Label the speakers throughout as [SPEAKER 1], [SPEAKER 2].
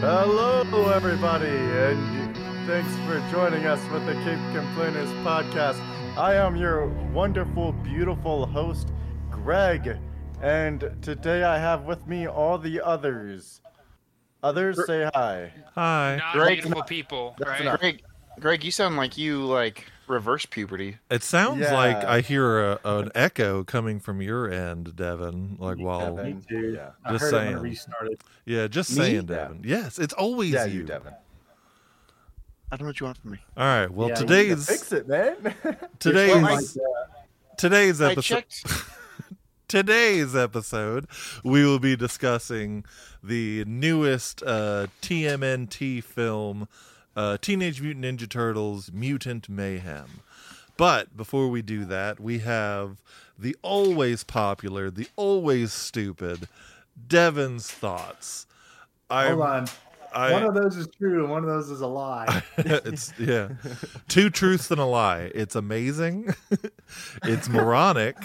[SPEAKER 1] Hello, everybody, and thanks for joining us with the Cape Complainers podcast. I am your wonderful, beautiful host, Greg, and today I have with me all the others. Others, say hi.
[SPEAKER 2] Hi.
[SPEAKER 3] Not
[SPEAKER 4] Greg's
[SPEAKER 3] beautiful people,
[SPEAKER 1] that's
[SPEAKER 3] right?
[SPEAKER 1] not-
[SPEAKER 4] Greg, Greg, you sound like you like reverse puberty.
[SPEAKER 2] It sounds like
[SPEAKER 1] Yeah.
[SPEAKER 2] I hear a, an echo coming from your end, Devin. Like, while
[SPEAKER 1] Devin.
[SPEAKER 5] Me too.
[SPEAKER 1] Yeah.
[SPEAKER 5] I
[SPEAKER 2] Just
[SPEAKER 5] heard it when
[SPEAKER 2] saying.
[SPEAKER 5] it restarted.
[SPEAKER 2] yeah, just
[SPEAKER 4] Me?
[SPEAKER 2] saying, Devin. Yes, it's always
[SPEAKER 1] Yeah,
[SPEAKER 2] you.
[SPEAKER 1] you, Devin.
[SPEAKER 4] I don't know what you want from me.
[SPEAKER 2] All right. Well,
[SPEAKER 5] Yeah, you need
[SPEAKER 1] You
[SPEAKER 2] today's
[SPEAKER 1] Fix it, man.
[SPEAKER 2] today's
[SPEAKER 4] Well, I-
[SPEAKER 5] uh,
[SPEAKER 2] today's
[SPEAKER 4] I
[SPEAKER 2] episode.
[SPEAKER 4] checked.
[SPEAKER 2] Today's episode, we will be discussing the newest uh, TMNT film, uh, Teenage Mutant Ninja Turtles: Mutant Mayhem. But before we do that, we have the always popular, the always stupid Devin's thoughts. I,
[SPEAKER 5] Hold on.
[SPEAKER 2] I,
[SPEAKER 5] one of those is true, and one of those is a lie.
[SPEAKER 2] it's yeah, two truths and a lie. It's amazing, it's moronic,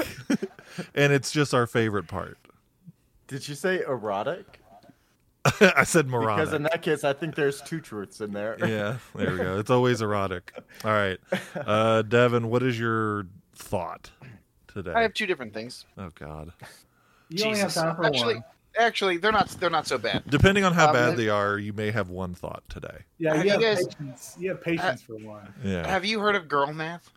[SPEAKER 2] and it's just our favorite part.
[SPEAKER 1] Did you say erotic?
[SPEAKER 2] I said moronic.
[SPEAKER 1] Because in that case, I think there's two truths in there.
[SPEAKER 2] yeah, there we go. It's always erotic. All right, uh, Devin, what is your thought today?
[SPEAKER 4] I have two different things.
[SPEAKER 2] Oh God!
[SPEAKER 5] You only have
[SPEAKER 4] Jesus.
[SPEAKER 5] time for
[SPEAKER 4] Actually-
[SPEAKER 5] one.
[SPEAKER 4] Actually, they're not they're not so bad.
[SPEAKER 2] Depending on how
[SPEAKER 4] Um,
[SPEAKER 2] bad
[SPEAKER 4] it-
[SPEAKER 2] they are, you may have one thought today.
[SPEAKER 5] Yeah,
[SPEAKER 4] have
[SPEAKER 5] you
[SPEAKER 4] you
[SPEAKER 5] have,
[SPEAKER 4] guys- Uh,
[SPEAKER 5] patience. You have patience for one.
[SPEAKER 2] Yeah,
[SPEAKER 4] Have you heard of girl math?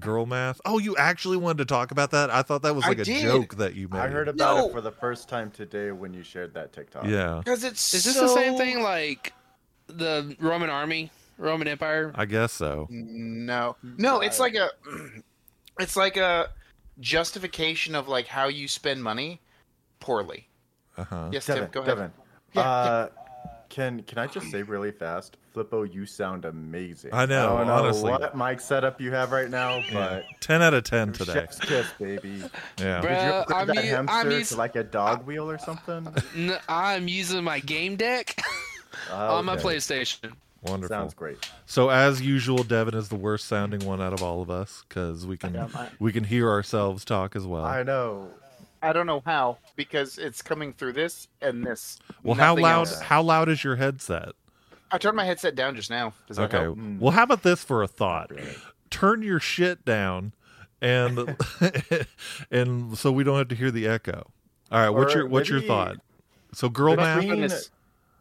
[SPEAKER 2] girl math. Oh, you actually wanted to talk about that? I thought that was
[SPEAKER 4] I
[SPEAKER 2] like a
[SPEAKER 4] did.
[SPEAKER 2] joke that you made.
[SPEAKER 1] I heard about
[SPEAKER 4] No.
[SPEAKER 1] it for the first time today when you shared that TikTok.
[SPEAKER 2] Yeah,
[SPEAKER 4] Because it's
[SPEAKER 3] Is this
[SPEAKER 4] so-
[SPEAKER 3] the same thing like the Roman army, Roman Empire?
[SPEAKER 2] I guess so.
[SPEAKER 4] No, no, it's like a, it's like a justification of like how you spend money poorly.
[SPEAKER 2] Uh huh.
[SPEAKER 4] Yes,
[SPEAKER 1] Devin,
[SPEAKER 4] Tim, go ahead.
[SPEAKER 1] Devin.
[SPEAKER 4] Yeah,
[SPEAKER 1] uh, Can can I just say really fast, Flippo, you sound amazing.
[SPEAKER 2] I know,
[SPEAKER 1] I don't
[SPEAKER 2] honestly.
[SPEAKER 1] know what mic setup you have right now,
[SPEAKER 2] Yeah.
[SPEAKER 1] but
[SPEAKER 2] Ten out of ten
[SPEAKER 1] today.
[SPEAKER 2] today.
[SPEAKER 1] chef's kiss, baby.
[SPEAKER 2] Yeah.
[SPEAKER 3] Bruh,
[SPEAKER 1] Did you upgrade
[SPEAKER 3] I'm
[SPEAKER 1] that
[SPEAKER 3] u-
[SPEAKER 1] hamster
[SPEAKER 3] I'm
[SPEAKER 1] to
[SPEAKER 3] used-
[SPEAKER 1] like a dog wheel or something?
[SPEAKER 3] N- I'm using my game deck
[SPEAKER 1] Oh,
[SPEAKER 3] on my
[SPEAKER 1] okay.
[SPEAKER 3] PlayStation.
[SPEAKER 2] Wonderful.
[SPEAKER 1] Sounds great.
[SPEAKER 2] So as usual, Devin is the worst sounding one out of all of us because we can
[SPEAKER 5] Yeah, my-
[SPEAKER 2] we can hear ourselves talk as well.
[SPEAKER 1] I know.
[SPEAKER 4] I don't know how because it's coming through this and this.
[SPEAKER 2] well, how
[SPEAKER 4] Nothing
[SPEAKER 2] loud
[SPEAKER 4] else.
[SPEAKER 2] how loud is your headset?
[SPEAKER 4] I turned my headset down just now. Does that
[SPEAKER 2] Okay.
[SPEAKER 4] help?
[SPEAKER 1] Mm.
[SPEAKER 2] Well, how about this for a thought? Turn your shit down, and and so we don't have to hear the echo. All right. What's
[SPEAKER 1] Or
[SPEAKER 2] your what's your
[SPEAKER 1] maybe-
[SPEAKER 2] thought? So girl math.
[SPEAKER 4] Turn this-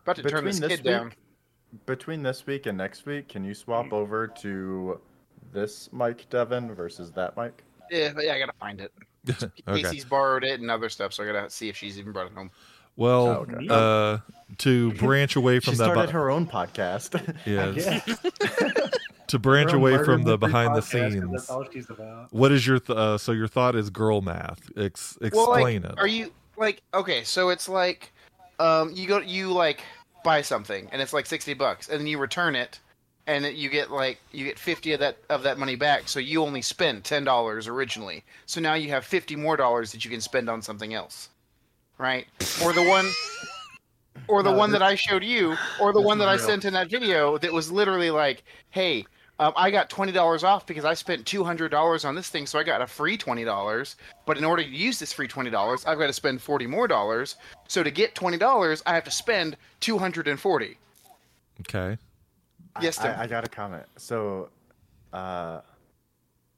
[SPEAKER 4] About to turn
[SPEAKER 1] Between
[SPEAKER 4] this
[SPEAKER 1] this
[SPEAKER 4] kid down.
[SPEAKER 1] week- Between this week and next week, can you swap over to this mic, Devin, versus that mic?
[SPEAKER 4] Yeah, but yeah, I gotta find it.
[SPEAKER 2] Okay.
[SPEAKER 4] Casey's borrowed it and other stuff, so I gotta see if she's even brought it home.
[SPEAKER 2] Well,
[SPEAKER 1] Oh, okay.
[SPEAKER 2] uh, to branch away from
[SPEAKER 1] she
[SPEAKER 2] that.
[SPEAKER 1] started her own podcast.
[SPEAKER 2] yeah.
[SPEAKER 5] Yeah.
[SPEAKER 2] To branch
[SPEAKER 5] We're on
[SPEAKER 2] away
[SPEAKER 5] murder
[SPEAKER 2] from the
[SPEAKER 5] mystery
[SPEAKER 2] behind the
[SPEAKER 5] podcast 'cause
[SPEAKER 2] scenes.
[SPEAKER 5] That's all she's about.
[SPEAKER 2] What is your th- uh, so your thought is girl math? Ex-
[SPEAKER 4] Well, like,
[SPEAKER 2] explain it.
[SPEAKER 4] Are you like okay? So it's like, um, you go you like buy something and it's like sixty bucks, and then you return it, and it, you get like you get fifty of that of that money back. So you only spend ten dollars originally. So now you have fifty more dollars that you can spend on something else, right? Or the one. Or the
[SPEAKER 5] No,
[SPEAKER 4] one
[SPEAKER 5] this-
[SPEAKER 4] that I showed you, or the
[SPEAKER 5] this
[SPEAKER 4] one
[SPEAKER 5] is
[SPEAKER 4] that I
[SPEAKER 5] real.
[SPEAKER 4] sent in that video that was literally like, "Hey, um, I got twenty dollars off because I spent two hundred dollars on this thing, so I got a free twenty dollars. But in order to use this free twenty dollars, I've got to spend forty more dollars. So to get twenty dollars, I have to spend two hundred and forty.
[SPEAKER 2] okay.
[SPEAKER 4] Yes, Tim.
[SPEAKER 1] I, I got a comment. So, uh,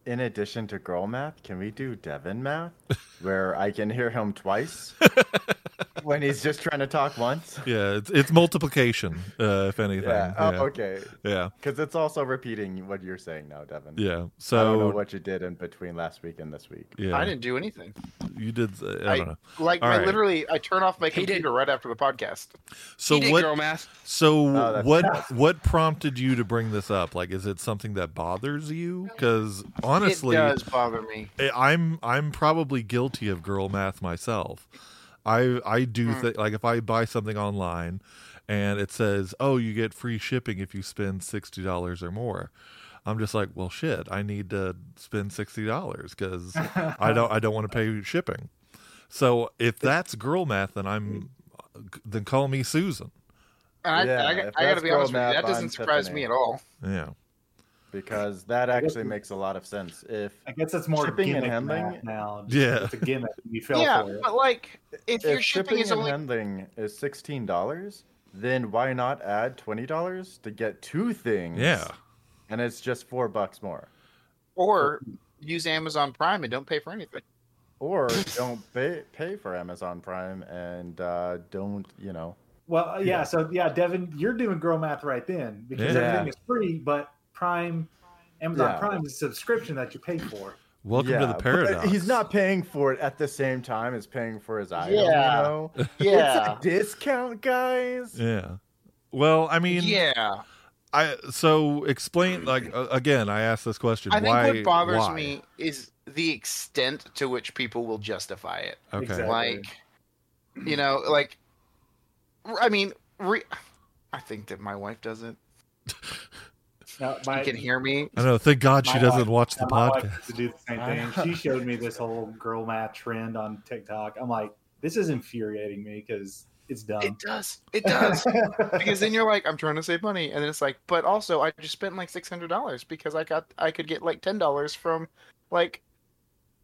[SPEAKER 1] in addition to girl math, can we do Devin math, where I can hear him twice when he's just trying to talk once?
[SPEAKER 2] Yeah, it's, it's multiplication, uh, if anything.
[SPEAKER 1] Yeah.
[SPEAKER 2] Yeah.
[SPEAKER 1] Oh, okay.
[SPEAKER 2] yeah.
[SPEAKER 1] Because it's also repeating what you're saying now, Devin. I
[SPEAKER 2] Yeah.
[SPEAKER 1] don't know
[SPEAKER 2] So
[SPEAKER 1] what you did in between last week and this week.
[SPEAKER 2] yeah,
[SPEAKER 4] I didn't do anything.
[SPEAKER 2] you did. uh, I, don't know.
[SPEAKER 4] Like
[SPEAKER 2] All
[SPEAKER 4] I
[SPEAKER 2] right.
[SPEAKER 4] literally, I turn off my
[SPEAKER 3] He did-
[SPEAKER 4] computer right after the podcast.
[SPEAKER 2] So
[SPEAKER 3] he did
[SPEAKER 2] what?
[SPEAKER 3] girl math.
[SPEAKER 2] So
[SPEAKER 1] Oh, that's
[SPEAKER 2] what? What prompted you to bring this up? Like, is it something that bothers you? Because honestly,
[SPEAKER 4] it does bother me.
[SPEAKER 2] I- I'm I'm probably guilty of girl math myself. I I do
[SPEAKER 4] Hmm.
[SPEAKER 2] thi- like if I buy something online and it says, "Oh, you get free shipping if you spend $60 or more." I'm just like, "Well, shit, I need to spend $60 cuz I don't I don't want to pay shipping." So, if that's girl math, then I'm then call me Susan.
[SPEAKER 4] And I,
[SPEAKER 1] Yeah,
[SPEAKER 4] I,
[SPEAKER 1] if
[SPEAKER 4] I
[SPEAKER 1] that's
[SPEAKER 4] gotta be honest with
[SPEAKER 1] girl
[SPEAKER 4] you,
[SPEAKER 1] math,
[SPEAKER 4] that
[SPEAKER 1] I'm
[SPEAKER 4] doesn't surprise
[SPEAKER 1] Tiffany.
[SPEAKER 4] me at all.
[SPEAKER 2] Yeah.
[SPEAKER 1] Because that actually makes a lot of sense. If
[SPEAKER 5] I guess that's more
[SPEAKER 1] Shipping and
[SPEAKER 5] gimmick
[SPEAKER 1] handling?
[SPEAKER 5] math now.
[SPEAKER 2] Yeah.
[SPEAKER 5] It's a gimmick. You fell
[SPEAKER 4] yeah,
[SPEAKER 5] for it.
[SPEAKER 4] but like,
[SPEAKER 1] if
[SPEAKER 4] if, your shipping, is
[SPEAKER 1] and
[SPEAKER 4] only
[SPEAKER 1] handling is sixteen dollars, then why not add twenty dollars to get two things?
[SPEAKER 2] Yeah.
[SPEAKER 1] and it's just four bucks more.
[SPEAKER 4] Or use Amazon Prime and don't pay for anything.
[SPEAKER 1] Or don't pay pay for Amazon Prime and uh, don't you know?
[SPEAKER 5] Well, yeah. So yeah, Devin, you're doing girl math right then because
[SPEAKER 2] Yeah.
[SPEAKER 5] everything is free, but Prime, Amazon
[SPEAKER 1] Yeah.
[SPEAKER 5] Prime is a subscription that you pay for.
[SPEAKER 2] Welcome
[SPEAKER 1] Yeah,
[SPEAKER 2] to the
[SPEAKER 1] but uh,
[SPEAKER 2] paradox.
[SPEAKER 1] He's not paying for it at the same time as paying for his item. You
[SPEAKER 4] Yeah.
[SPEAKER 1] know?
[SPEAKER 4] Yeah.
[SPEAKER 1] it's a discount, guys.
[SPEAKER 2] Yeah. Well, I mean,
[SPEAKER 4] yeah.
[SPEAKER 2] I so explain like uh, again. I asked this question.
[SPEAKER 4] I think
[SPEAKER 2] why,
[SPEAKER 4] what bothers
[SPEAKER 2] why?
[SPEAKER 4] me is the extent to which people will justify it.
[SPEAKER 2] Okay.
[SPEAKER 5] Exactly.
[SPEAKER 4] Like, you know, like, I mean, re- I think that my wife doesn't.
[SPEAKER 5] Now,
[SPEAKER 4] She
[SPEAKER 5] my,
[SPEAKER 4] can hear me.
[SPEAKER 2] I know. Thank God she
[SPEAKER 5] My
[SPEAKER 2] doesn't watch
[SPEAKER 5] wife-
[SPEAKER 2] the
[SPEAKER 5] now, my wife
[SPEAKER 2] podcast.
[SPEAKER 5] used to do the same thing. She showed me this whole girl math trend on TikTok. I'm like, this is infuriating me because it's dumb.
[SPEAKER 4] It does. It does. because then you're like, I'm trying to save money, and then it's like, but also I just spent like six hundred dollars because I got I could get like ten dollars from like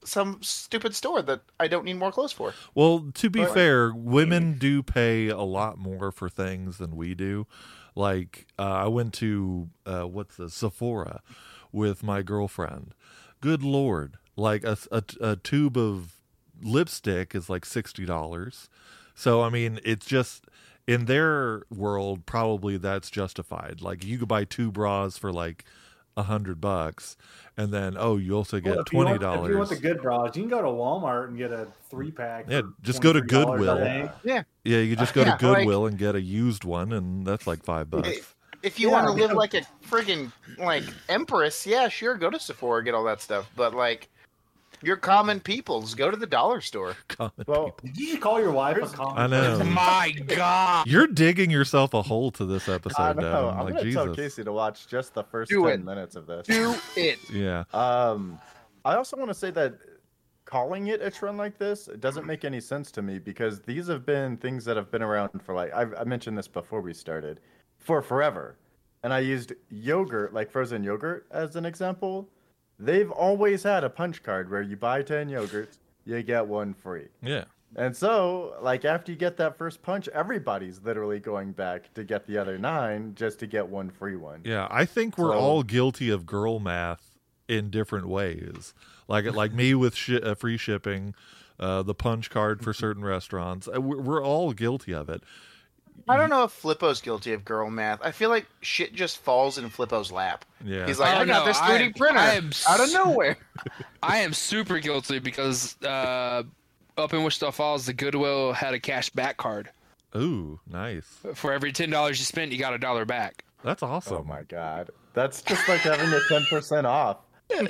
[SPEAKER 4] some stupid store that I don't need more clothes for.
[SPEAKER 2] Well, to be
[SPEAKER 4] But-
[SPEAKER 2] fair,
[SPEAKER 5] mm.
[SPEAKER 2] women do pay a lot more for things than we do. Like uh, I went to uh, what's the Sephora with my girlfriend. Good lord! Like a a, a tube of lipstick is like sixty dollars. So I mean, it's just in their world probably that's justified. Like you could buy two bras for like a hundred bucks, and then oh, you also get
[SPEAKER 5] Well, if you want-
[SPEAKER 2] twenty
[SPEAKER 5] If you want the
[SPEAKER 2] dollars.
[SPEAKER 5] good bras, you can go to Walmart and get a three pack.
[SPEAKER 2] Yeah, just go to Goodwill. Yeah, you just go
[SPEAKER 4] Yeah,
[SPEAKER 2] to
[SPEAKER 4] like-
[SPEAKER 2] Goodwill and get a used one, and that's like five bucks.
[SPEAKER 4] If you
[SPEAKER 5] Yeah,
[SPEAKER 4] want to live
[SPEAKER 5] yeah.
[SPEAKER 4] like a friggin' like empress, yeah, sure, go to Sephora, get all that stuff. But like, you're common peoples. Go to the dollar store.
[SPEAKER 2] Common
[SPEAKER 1] Well,
[SPEAKER 2] people.
[SPEAKER 5] Did you just call your wife a
[SPEAKER 1] Here's-
[SPEAKER 5] common?
[SPEAKER 2] I know.
[SPEAKER 5] person?
[SPEAKER 3] My God.
[SPEAKER 2] You're digging yourself a hole to this
[SPEAKER 1] I
[SPEAKER 2] episode,
[SPEAKER 1] know.
[SPEAKER 2] Devin.
[SPEAKER 1] I'm
[SPEAKER 2] like
[SPEAKER 1] gonna tell
[SPEAKER 2] Jesus.
[SPEAKER 1] Casey to watch just the first
[SPEAKER 4] Do
[SPEAKER 1] ten
[SPEAKER 4] it.
[SPEAKER 1] minutes of this.
[SPEAKER 4] Do it.
[SPEAKER 2] Yeah,
[SPEAKER 1] Um, I also want to say that calling it a trend like this it doesn't make any sense to me because these have been things that have been around for like I've, I mentioned this before we started for forever, and I used yogurt like frozen yogurt as an example. They've always had a punch card where you buy ten yogurts, you get one free.
[SPEAKER 2] yeah.
[SPEAKER 1] And so, like after you get that first punch, everybody's literally going back to get the other nine just to get one free one.
[SPEAKER 2] Yeah, I think we're
[SPEAKER 1] So-
[SPEAKER 2] all guilty of girl math in different ways. Like like me with shi uh, free shipping, uh, the punch card
[SPEAKER 1] Mm-hmm.
[SPEAKER 2] for certain restaurants. Uh, We're, we're all guilty of it.
[SPEAKER 4] I don't know if Flippo's guilty of girl math. I feel like shit just falls in Flippo's lap.
[SPEAKER 2] Yeah,
[SPEAKER 4] He's like,
[SPEAKER 3] Oh,
[SPEAKER 4] I got
[SPEAKER 3] no,
[SPEAKER 4] this
[SPEAKER 3] I
[SPEAKER 4] 3D
[SPEAKER 3] am-
[SPEAKER 4] printer
[SPEAKER 3] I am
[SPEAKER 4] out of
[SPEAKER 3] s-
[SPEAKER 4] nowhere.
[SPEAKER 3] I am super guilty because uh, up in Wichita Falls, the Goodwill had a cash back card.
[SPEAKER 2] ooh, nice.
[SPEAKER 3] For every ten dollars you spent, you got a dollar back.
[SPEAKER 2] That's awesome.
[SPEAKER 1] Oh my god. That's just like having a 10% off.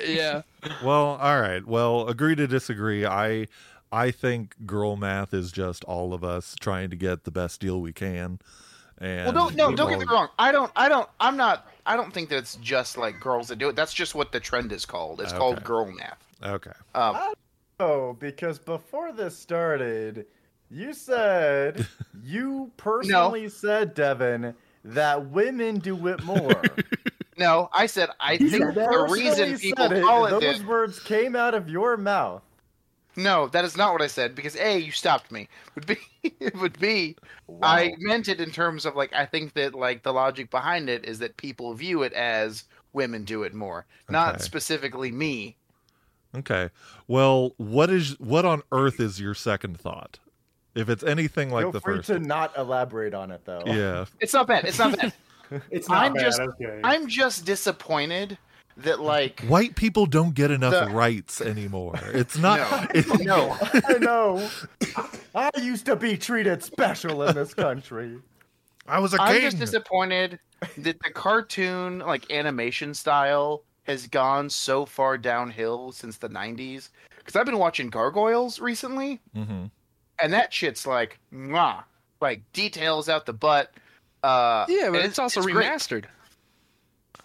[SPEAKER 3] yeah.
[SPEAKER 2] Well, all right. Well, agree to disagree. I I think girl math is just all of us trying to get the best deal we can. And
[SPEAKER 4] Well, don't no, don't get me
[SPEAKER 2] well,
[SPEAKER 4] wrong. I don't, I don't, I'm not. I don't think that it's just like girls that do it. That's just what the trend is called. It's
[SPEAKER 2] Ah, Okay.
[SPEAKER 4] called girl math.
[SPEAKER 2] Okay.
[SPEAKER 4] Um,
[SPEAKER 1] Oh, because before this started, you said you personally said, Devin, that women do it more.
[SPEAKER 4] no, I said I think the
[SPEAKER 1] Personally
[SPEAKER 4] reason
[SPEAKER 1] said
[SPEAKER 4] people call it
[SPEAKER 1] those
[SPEAKER 4] that.
[SPEAKER 1] words came out of your mouth.
[SPEAKER 4] No, that is not what I said because a you stopped me. Would be it would be I meant it in terms of like I think that like the logic behind it is that people view it as women do it more, not
[SPEAKER 2] Okay.
[SPEAKER 4] specifically me.
[SPEAKER 2] Okay. Well, what is what on earth is your second thought? If it's anything like
[SPEAKER 1] Feel
[SPEAKER 2] the
[SPEAKER 1] free
[SPEAKER 2] first.
[SPEAKER 1] to not elaborate on it though.
[SPEAKER 2] Yeah.
[SPEAKER 4] It's not bad. It's not bad.
[SPEAKER 5] It's not
[SPEAKER 4] I'm
[SPEAKER 5] bad.
[SPEAKER 4] just-
[SPEAKER 5] okay.
[SPEAKER 4] I'm just disappointed that like
[SPEAKER 2] White people don't get enough
[SPEAKER 4] The-
[SPEAKER 2] rights anymore. It's not
[SPEAKER 4] No.
[SPEAKER 2] it-
[SPEAKER 4] no.
[SPEAKER 1] I know. I used to be treated special in this country.
[SPEAKER 2] I was a
[SPEAKER 4] I'm
[SPEAKER 2] king.
[SPEAKER 4] just disappointed that the cartoon like animation style has gone so far downhill since the 90s cuz I've been watching Gargoyles recently
[SPEAKER 2] Mhm.
[SPEAKER 4] and that shit's like mwah, like details out the butt uh
[SPEAKER 3] Yeah,
[SPEAKER 4] and
[SPEAKER 3] but it's also
[SPEAKER 4] great.
[SPEAKER 3] remastered.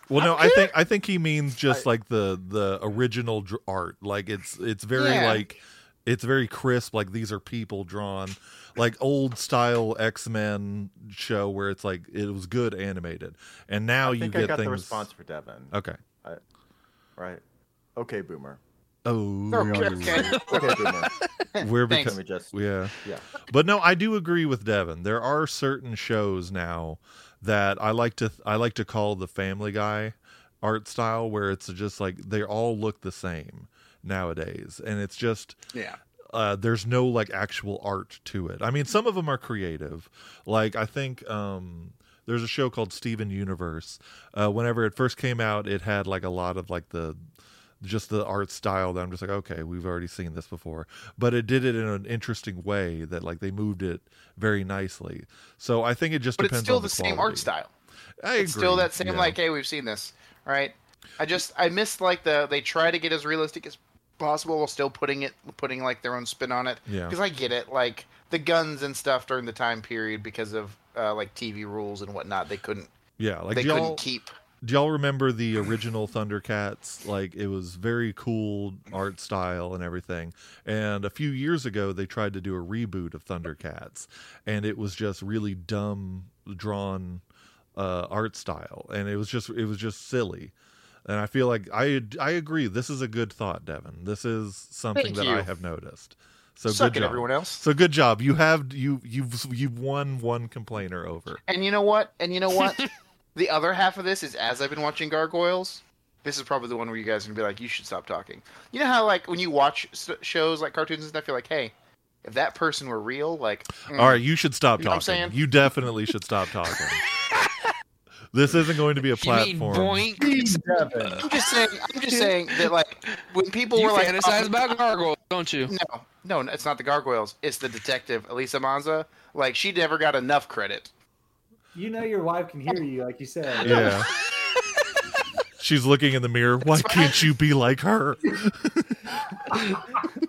[SPEAKER 2] Well, no, I think I think he means just like the the original dr- art. Like it's it's very
[SPEAKER 4] Yeah.
[SPEAKER 2] like it's very crisp. Like these are people drawn, like old style X Men show where it's like it was good animated, and now
[SPEAKER 1] I
[SPEAKER 2] you
[SPEAKER 1] think
[SPEAKER 2] get Uh,
[SPEAKER 1] I got
[SPEAKER 2] things.
[SPEAKER 1] the response for Devin.
[SPEAKER 2] Okay,
[SPEAKER 1] Right. Okay, boomer.
[SPEAKER 2] Oh,
[SPEAKER 4] Okay.
[SPEAKER 6] Okay, three more.
[SPEAKER 2] we're
[SPEAKER 6] Let
[SPEAKER 4] Thanks.
[SPEAKER 6] me
[SPEAKER 2] becoming.
[SPEAKER 6] just.
[SPEAKER 2] Yeah.
[SPEAKER 6] Yeah.
[SPEAKER 2] But no, I do agree with Devin. There are certain shows now that I like to I like to call the Family Guy art style where it's just like they all look the same nowadays and it's just
[SPEAKER 3] Yeah.
[SPEAKER 2] uh, there's no like actual art to it. I mean, some of them are creative. Like I think um, there's a show called Steven Universe. Uh, whenever it first came out, it had like a lot of like the just the art style that I'm just like, okay, we've already seen this before. But it did it in an interesting way that like they moved it very nicely. So I think it just
[SPEAKER 4] but it's
[SPEAKER 2] depends
[SPEAKER 4] still
[SPEAKER 2] on
[SPEAKER 4] the,
[SPEAKER 2] the,
[SPEAKER 4] same
[SPEAKER 2] quality.
[SPEAKER 4] art style.
[SPEAKER 2] I
[SPEAKER 4] It's still
[SPEAKER 2] agree.
[SPEAKER 4] that same
[SPEAKER 2] Yeah.
[SPEAKER 4] like, hey, we've seen this, right? I just I missed like the they try to get as realistic as possible while still putting it putting like their own spin on it.
[SPEAKER 2] Yeah.
[SPEAKER 4] Because I get it, like the guns and stuff during the time period because of uh, like TV rules and whatnot, they couldn't
[SPEAKER 2] yeah, like
[SPEAKER 4] they
[SPEAKER 2] do y'all-
[SPEAKER 4] couldn't keep.
[SPEAKER 2] do y'all remember the original Thundercats? Like it was very cool art style and everything. And a few years ago they tried to do a reboot of Thundercats and it was just really dumb drawn uh, art style and it was just it was just silly. And I feel like I I agree this is a good thought, Devin. This is something
[SPEAKER 4] Thank
[SPEAKER 2] that
[SPEAKER 4] you.
[SPEAKER 2] I have noticed. So
[SPEAKER 4] Suck
[SPEAKER 2] good
[SPEAKER 4] it,
[SPEAKER 2] job.
[SPEAKER 4] everyone else.
[SPEAKER 2] So good job. You have you you've you've won one complainer over.
[SPEAKER 4] And you know what? And you know what? the other half of this is as I've been watching Gargoyles. This is probably the one where you guys are gonna be like, you should stop talking. You know how like when you watch s shows like cartoons and stuff, you're like, hey, if that person were real, like, mm,
[SPEAKER 2] All right, you should stop
[SPEAKER 4] You know what I'm
[SPEAKER 2] talking.
[SPEAKER 4] saying?
[SPEAKER 2] You definitely should stop talking. this isn't going to be a
[SPEAKER 3] You mean
[SPEAKER 2] platform.
[SPEAKER 3] boink?
[SPEAKER 5] Devin.
[SPEAKER 4] I'm just saying. I'm just saying that like when people
[SPEAKER 3] You
[SPEAKER 4] were like,
[SPEAKER 3] fantasize
[SPEAKER 4] oh,
[SPEAKER 3] about gargoyles, don't you?
[SPEAKER 4] no, no, no, it's not the gargoyles. It's the detective Elisa Manza. Like she never got enough credit.
[SPEAKER 5] You know your wife can hear you, like you said.
[SPEAKER 2] Yeah. She's looking in the mirror. Why can't you be like her?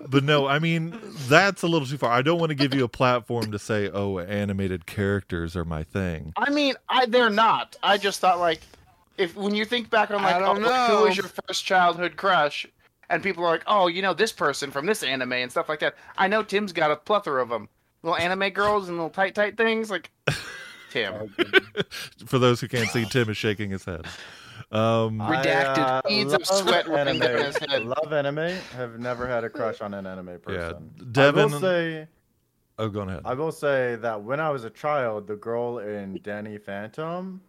[SPEAKER 2] but no, I mean, that's a little too far. I don't want to give you a platform to say, oh, animated characters are my thing.
[SPEAKER 4] I mean, I they're not. I just thought like, if when you think back on like,
[SPEAKER 3] I don't
[SPEAKER 4] oh, like, who
[SPEAKER 3] know.
[SPEAKER 4] was your first childhood crush, and people are like, oh, you know this person from this anime and stuff like that. I know Tim's got a plethora of them. Little anime girls and little tight tight things like. Tim,
[SPEAKER 2] Oh For those who can't see, Tim is shaking his head. Um,
[SPEAKER 4] Redacted
[SPEAKER 1] I, uh,
[SPEAKER 4] beads of
[SPEAKER 1] love
[SPEAKER 4] sweat running
[SPEAKER 1] anime.
[SPEAKER 4] down his head.
[SPEAKER 1] Love anime. Have never had a crush on an anime person.
[SPEAKER 2] Devin-
[SPEAKER 1] I will say,
[SPEAKER 2] oh, go on ahead.
[SPEAKER 1] I will say that when I was a child, the girl in Danny Phantom.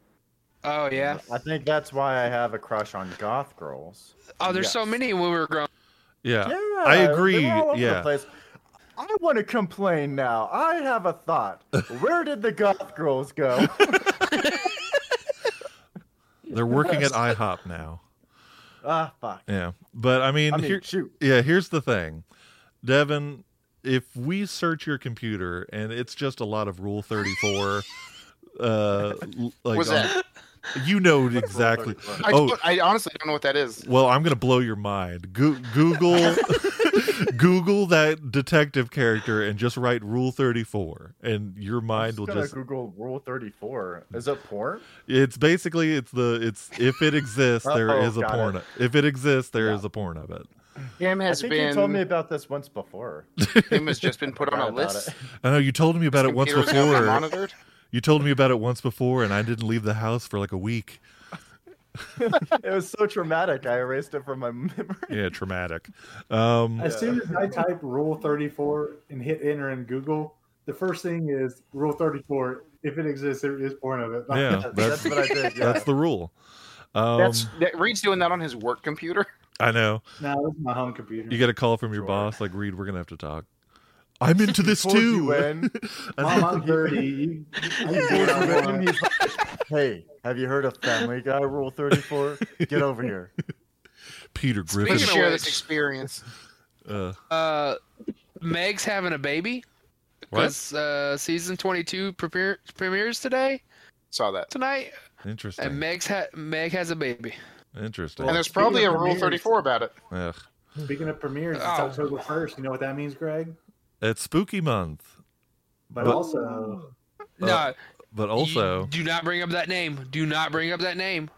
[SPEAKER 3] Oh yeah.
[SPEAKER 1] I think that's why I have a crush on goth girls.
[SPEAKER 3] Oh, there's so
[SPEAKER 1] Yes.
[SPEAKER 3] many when we were growing.
[SPEAKER 2] Yeah.
[SPEAKER 1] Yeah,
[SPEAKER 2] Uh, I
[SPEAKER 1] they were
[SPEAKER 2] agree.
[SPEAKER 1] all over the
[SPEAKER 2] Yeah.
[SPEAKER 1] place. I want to complain now. I have a thought. Where did the goth girls go?
[SPEAKER 2] They're working at IHOP now.
[SPEAKER 1] ah, fuck.
[SPEAKER 2] Yeah. But I mean,
[SPEAKER 1] I mean,
[SPEAKER 2] here-
[SPEAKER 1] shoot.
[SPEAKER 2] Yeah, here's the thing, Devin. If we search your computer and it's just a lot of Rule Thirty Four, uh, l- like
[SPEAKER 4] What's
[SPEAKER 2] on-
[SPEAKER 4] that?
[SPEAKER 2] you know exactly.
[SPEAKER 4] I,
[SPEAKER 2] Oh,
[SPEAKER 4] don't- I honestly don't know what that is.
[SPEAKER 2] well, I'm gonna blow your mind. Go- Google, Google that detective character and just write Rule Thirty Four, and your
[SPEAKER 1] I'm
[SPEAKER 2] mind will
[SPEAKER 1] just gonna
[SPEAKER 2] just.
[SPEAKER 1] Google Rule 34. Is it porn?
[SPEAKER 2] It's basically it's the it's if it exists there
[SPEAKER 1] Uh-oh,
[SPEAKER 2] is a
[SPEAKER 1] got
[SPEAKER 2] porn.
[SPEAKER 1] it.
[SPEAKER 2] of- If it exists there is
[SPEAKER 1] Yeah.
[SPEAKER 2] a porn of it.
[SPEAKER 4] Tim
[SPEAKER 1] I
[SPEAKER 4] has
[SPEAKER 1] think
[SPEAKER 4] been.
[SPEAKER 1] you told me about this once before.
[SPEAKER 4] Tim has just been put on
[SPEAKER 1] Forgot
[SPEAKER 4] a
[SPEAKER 1] about
[SPEAKER 4] list.
[SPEAKER 1] it.
[SPEAKER 2] I know you told me about it once
[SPEAKER 4] Computers have been
[SPEAKER 2] before.
[SPEAKER 4] monitored.
[SPEAKER 2] You told me about it once before, and I didn't leave the house for like a week.
[SPEAKER 1] It was so traumatic. I erased it from my memory.
[SPEAKER 2] yeah traumatic um
[SPEAKER 5] As soon as I type Rule 34 and hit enter in Google, the first thing is Rule 34. If it exists, there is porn of it.
[SPEAKER 2] Yeah.
[SPEAKER 1] That's, what I did. Yeah.
[SPEAKER 2] that's the rule um
[SPEAKER 4] That's that, Reed's doing that on his work computer.
[SPEAKER 2] i know
[SPEAKER 5] no, it's my home computer.
[SPEAKER 2] you get a call from your boss like reed we're gonna have to talk i'm into this
[SPEAKER 1] Told you
[SPEAKER 2] too
[SPEAKER 1] when-
[SPEAKER 5] Mom, I'm 30. You, I'm bored
[SPEAKER 1] told you when
[SPEAKER 5] online.
[SPEAKER 1] he's like, hey, have you heard of Family Guy Rule 34? Get over here.
[SPEAKER 2] peter
[SPEAKER 4] We
[SPEAKER 2] griffin
[SPEAKER 3] Speaking of
[SPEAKER 4] share
[SPEAKER 3] which-
[SPEAKER 4] this experience.
[SPEAKER 2] uh,
[SPEAKER 3] Uh, Meg's having a baby.
[SPEAKER 2] what
[SPEAKER 3] Because uh, season 22 prepare, premieres today,
[SPEAKER 4] Saw that.
[SPEAKER 3] tonight, and
[SPEAKER 2] interesting
[SPEAKER 3] Meg's ha- Meg has a baby.
[SPEAKER 2] interesting
[SPEAKER 4] And there's
[SPEAKER 5] Speaking
[SPEAKER 4] probably a
[SPEAKER 5] of
[SPEAKER 4] Rule
[SPEAKER 5] premieres.
[SPEAKER 4] 34 about it.
[SPEAKER 2] Ugh.
[SPEAKER 5] Speaking of premieres, it's
[SPEAKER 3] Oh.
[SPEAKER 5] October 1st. You know what that means, Greg?
[SPEAKER 2] it's spooky month
[SPEAKER 5] But,
[SPEAKER 2] But-
[SPEAKER 5] also,
[SPEAKER 3] no,
[SPEAKER 2] but
[SPEAKER 3] you-
[SPEAKER 2] Uh, also
[SPEAKER 3] do not bring up that name. Do not bring up that name.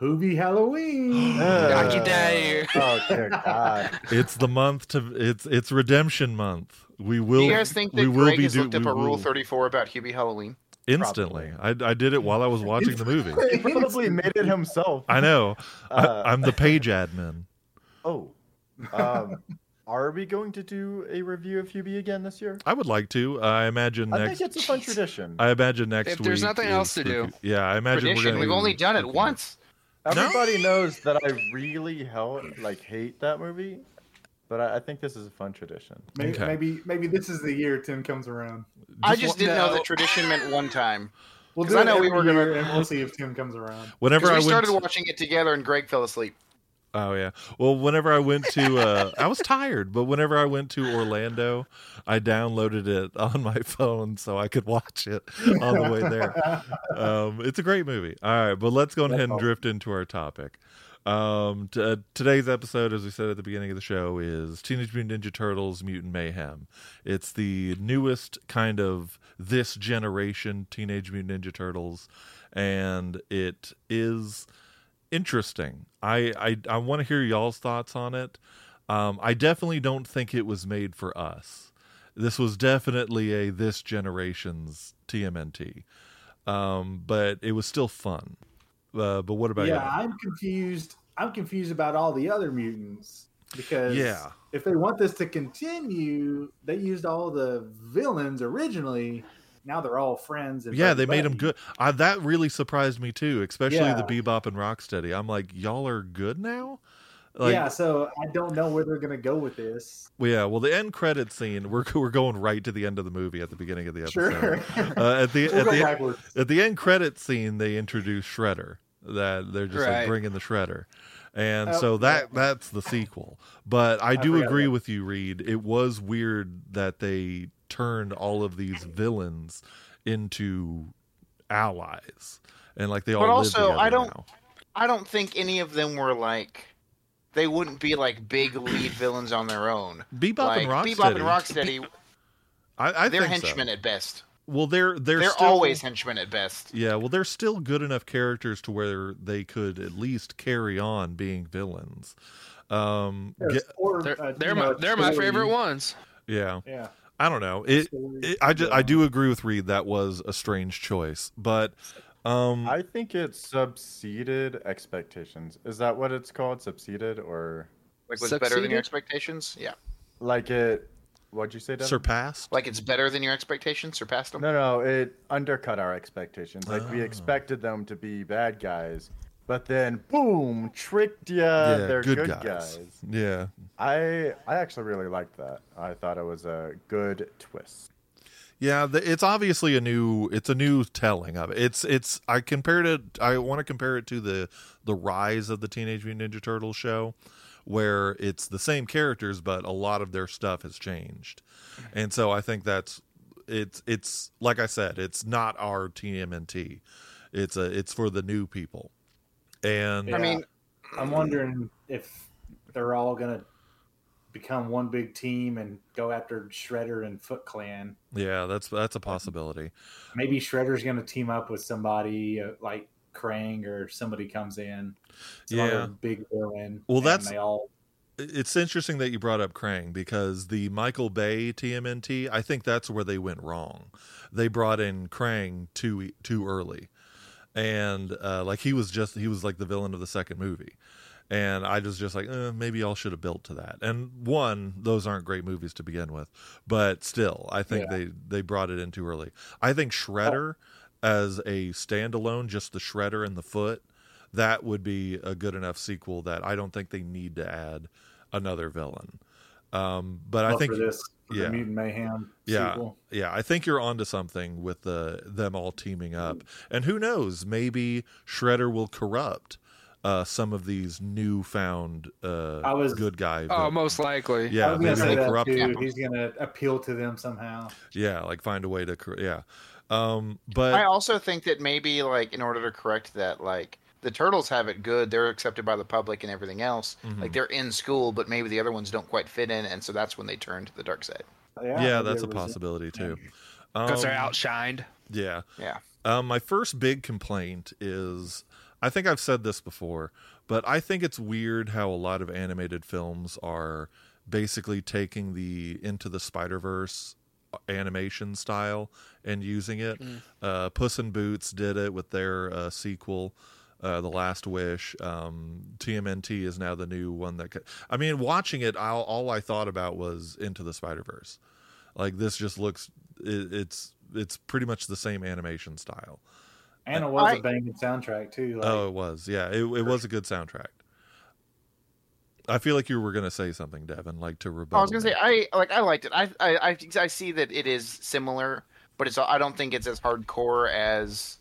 [SPEAKER 5] Hoovy Halloween.
[SPEAKER 1] Uh,
[SPEAKER 3] Get that out of here.
[SPEAKER 1] Oh dear God!
[SPEAKER 2] it's the month to it's it's redemption month we will
[SPEAKER 4] Do you guys think that
[SPEAKER 2] we will
[SPEAKER 4] Greg
[SPEAKER 2] be
[SPEAKER 4] has
[SPEAKER 2] do-
[SPEAKER 4] looked up
[SPEAKER 2] we
[SPEAKER 4] a Rule
[SPEAKER 2] will-
[SPEAKER 4] 34 about Hubie Halloween?
[SPEAKER 2] instantly I, I did it while i was watching the movie
[SPEAKER 1] He probably made it himself.
[SPEAKER 2] i know
[SPEAKER 1] Uh,
[SPEAKER 2] I, i'm the page admin
[SPEAKER 1] oh, Um, are we going to do a review of Hubie again this year?
[SPEAKER 2] I would like to. I imagine
[SPEAKER 1] I
[SPEAKER 2] next. Uh,
[SPEAKER 1] think it's a fun
[SPEAKER 3] Jeez.
[SPEAKER 1] tradition.
[SPEAKER 2] I imagine next
[SPEAKER 3] If
[SPEAKER 2] week.
[SPEAKER 3] there's nothing
[SPEAKER 2] is
[SPEAKER 3] else to
[SPEAKER 2] the-
[SPEAKER 3] do.
[SPEAKER 2] Yeah, I imagine we're
[SPEAKER 4] Tradition.
[SPEAKER 2] gonna
[SPEAKER 4] We've
[SPEAKER 2] do-
[SPEAKER 4] only done it
[SPEAKER 2] okay.
[SPEAKER 4] once.
[SPEAKER 1] Everybody knows that I really hell, like hate that movie, but I, I think this is a fun tradition.
[SPEAKER 5] Maybe,
[SPEAKER 2] Okay.
[SPEAKER 5] maybe maybe this is the year Tim comes around.
[SPEAKER 4] I just didn't know
[SPEAKER 3] No.
[SPEAKER 4] that tradition meant one time.
[SPEAKER 5] We'll
[SPEAKER 4] 'Cause
[SPEAKER 5] do
[SPEAKER 4] I
[SPEAKER 5] it
[SPEAKER 4] know we
[SPEAKER 5] every
[SPEAKER 4] were gonna-
[SPEAKER 5] year, and we'll see if Tim comes around.
[SPEAKER 2] Whenever
[SPEAKER 4] Because
[SPEAKER 2] I
[SPEAKER 4] we
[SPEAKER 2] went
[SPEAKER 4] started
[SPEAKER 2] to-
[SPEAKER 4] watching it together, and Greg fell asleep.
[SPEAKER 2] Oh yeah. Well, whenever I went to, uh, I was tired, but whenever I went to Orlando, I downloaded it on my phone so I could watch it on the way there. Um, it's a great movie. All right, but let's go ahead and drift into our topic. Um, t- uh, today's episode, as we said at the beginning of the show, is Teenage Mutant Ninja Turtles: Mutant Mayhem. It's the newest kind of this generation Teenage Mutant Ninja Turtles, and it is interesting. I I, I want to hear y'all's thoughts on it. Um, I definitely don't think it was made for us. This was definitely a this generation's TMNT, um, but it was still fun. Uh, but what about
[SPEAKER 5] yeah,
[SPEAKER 2] you?
[SPEAKER 5] I'm confused. I'm confused about all the other mutants because
[SPEAKER 2] Yeah.
[SPEAKER 5] if they want this to continue, they used all the villains originally. Now they're all friends. And
[SPEAKER 2] Yeah, they made them
[SPEAKER 5] buddy-buddy.
[SPEAKER 2] good. Uh, that really surprised me too, especially
[SPEAKER 5] Yeah.
[SPEAKER 2] the Bebop and Rocksteady. I'm like, y'all are good now. Like,
[SPEAKER 5] yeah, so I don't know where they're gonna go with this.
[SPEAKER 2] well, yeah. Well, the end credit scene. We're we're going right to the end of the movie at the beginning of the episode.
[SPEAKER 5] Sure.
[SPEAKER 2] Uh, at the
[SPEAKER 5] We'll
[SPEAKER 2] at
[SPEAKER 5] go
[SPEAKER 2] the
[SPEAKER 5] backwards.
[SPEAKER 2] at the end credit scene they introduce shredder that they're just like
[SPEAKER 3] Right.
[SPEAKER 2] bringing the shredder and
[SPEAKER 5] Oh,
[SPEAKER 2] so that
[SPEAKER 5] yeah.
[SPEAKER 2] that's the sequel but i do
[SPEAKER 5] forgot
[SPEAKER 2] agree
[SPEAKER 5] that.
[SPEAKER 2] with you reed it was weird that they turned all of these villains into allies and like they all
[SPEAKER 4] But
[SPEAKER 2] live
[SPEAKER 4] also, I
[SPEAKER 2] together
[SPEAKER 4] don't-
[SPEAKER 2] now.
[SPEAKER 4] I don't think any of them were like. They wouldn't be like big lead villains on their own.
[SPEAKER 2] bebop
[SPEAKER 4] like
[SPEAKER 2] and rocksteady
[SPEAKER 4] Bebop and Rocksteady,
[SPEAKER 2] i, I
[SPEAKER 4] they're
[SPEAKER 2] think so.
[SPEAKER 4] henchmen at best.
[SPEAKER 2] well they're they're,
[SPEAKER 4] They're,
[SPEAKER 2] still-
[SPEAKER 4] always henchmen at best.
[SPEAKER 2] yeah well they're still good enough characters to where they could at least carry on being villains um
[SPEAKER 5] There's
[SPEAKER 2] get-
[SPEAKER 5] four,
[SPEAKER 3] They're,
[SPEAKER 5] uh,
[SPEAKER 3] they're
[SPEAKER 5] you
[SPEAKER 3] my
[SPEAKER 5] know,
[SPEAKER 3] they're my
[SPEAKER 5] story-
[SPEAKER 3] favorite ones.
[SPEAKER 2] yeah
[SPEAKER 5] Yeah.
[SPEAKER 2] I don't know. It,
[SPEAKER 5] story
[SPEAKER 2] it I just I
[SPEAKER 5] going
[SPEAKER 2] do agree with Reed that was a strange choice, but um
[SPEAKER 1] I think it subseeded expectations. Is that what it's called? Subseeded or
[SPEAKER 4] Like, was it better than
[SPEAKER 3] Succeeded?
[SPEAKER 4] your expectations? Yeah.
[SPEAKER 1] like it? What'd you say? Devin?
[SPEAKER 2] surpassed.
[SPEAKER 4] Like, it's better than your expectations? Surpassed them?
[SPEAKER 1] No, no, it undercut our expectations. Like we
[SPEAKER 2] Oh.
[SPEAKER 1] expected them to be bad guys, but then boom, tricked ya.
[SPEAKER 2] yeah,
[SPEAKER 1] uh, they're
[SPEAKER 2] good, guys. Yeah.
[SPEAKER 1] I I actually really liked that. I thought it was a good twist.
[SPEAKER 2] Yeah, the, it's obviously a new it's a new telling of it. It's it's I compared it I want to compare it to the the rise of the Teenage Mutant Ninja Turtles show where it's the same characters but a lot of their stuff has changed. And so I think that's it's it's like I said, it's not our TMNT. It's a it's for the new people. And
[SPEAKER 5] Yeah.
[SPEAKER 4] I mean,
[SPEAKER 5] I'm wondering if they're all gonna become one big team and go after Shredder and Foot Clan.
[SPEAKER 2] Yeah, that's that's a possibility.
[SPEAKER 5] Maybe Shredder's gonna team up with somebody uh, like Krang or somebody comes in. Some
[SPEAKER 2] Yeah.
[SPEAKER 5] other big villain.
[SPEAKER 2] Well,
[SPEAKER 5] and
[SPEAKER 2] that's-
[SPEAKER 5] they all.
[SPEAKER 2] It's interesting that you brought up Krang because the Michael Bay TMNT, I think that's where they went wrong. They brought in Krang too too early, and uh, like he was just he was like the villain of the second movie, and I was just like eh, maybe y'all should have built to that. And one, those aren't great movies to begin with, but still, I think they they brought it in too early. I think Shredder as a standalone, just the Shredder and the foot, that would be a good enough sequel that I don't think they need to add another villain. Um, but I
[SPEAKER 5] love
[SPEAKER 2] think
[SPEAKER 5] for this for
[SPEAKER 2] yeah.
[SPEAKER 5] the Mutant Mayhem.
[SPEAKER 2] Yeah.
[SPEAKER 5] sequel.
[SPEAKER 2] yeah, I think you're onto something with the them all teaming up. And who knows, maybe Shredder will corrupt uh, some of these newfound uh,
[SPEAKER 5] I was-
[SPEAKER 2] good guy.
[SPEAKER 3] Oh,
[SPEAKER 2] villains.
[SPEAKER 3] most likely.
[SPEAKER 5] I
[SPEAKER 2] yeah,
[SPEAKER 5] was gonna
[SPEAKER 2] maybe
[SPEAKER 5] say
[SPEAKER 2] they'll
[SPEAKER 5] that
[SPEAKER 2] corrupt
[SPEAKER 5] too.
[SPEAKER 2] them.
[SPEAKER 5] He's gonna appeal to them somehow.
[SPEAKER 2] Yeah, like find a way to cor- yeah. Um, but
[SPEAKER 4] I also think that maybe, like, in order to correct that, like, the turtles have it good. They're accepted by the public and everything else.
[SPEAKER 2] Mhm.
[SPEAKER 4] Like, they're in school, but maybe the other ones don't quite fit in, and so that's when they turn to the dark side.
[SPEAKER 2] yeah,
[SPEAKER 5] maybe
[SPEAKER 2] that's a
[SPEAKER 5] there was
[SPEAKER 2] possibility too.
[SPEAKER 4] Oh,
[SPEAKER 3] Because they're
[SPEAKER 2] Um,
[SPEAKER 3] outshined.
[SPEAKER 2] Yeah.
[SPEAKER 4] Yeah.
[SPEAKER 2] Um, my first big complaint is I think I've said this before, but I think it's weird how a lot of animated films are basically taking the Into the Spider Verse animation style and using it. Uh, Puss in Boots did it with their uh, sequel. uh, The Last Wish. Um, TMNT is now the new one that. Could, I mean, watching it, all, all I thought about was Into the Spider Verse. Like this just looks. It, it's it's pretty much the same animation style.
[SPEAKER 5] And it was a
[SPEAKER 4] I-
[SPEAKER 5] banging soundtrack too. Like,
[SPEAKER 2] oh, it was. Yeah, it, it was a good soundtrack. I feel like you were gonna say something, Devin, like to rebut.
[SPEAKER 4] I was gonna say I like I liked it. I I I, I see that it is similar, but it's I don't think it's as hardcore as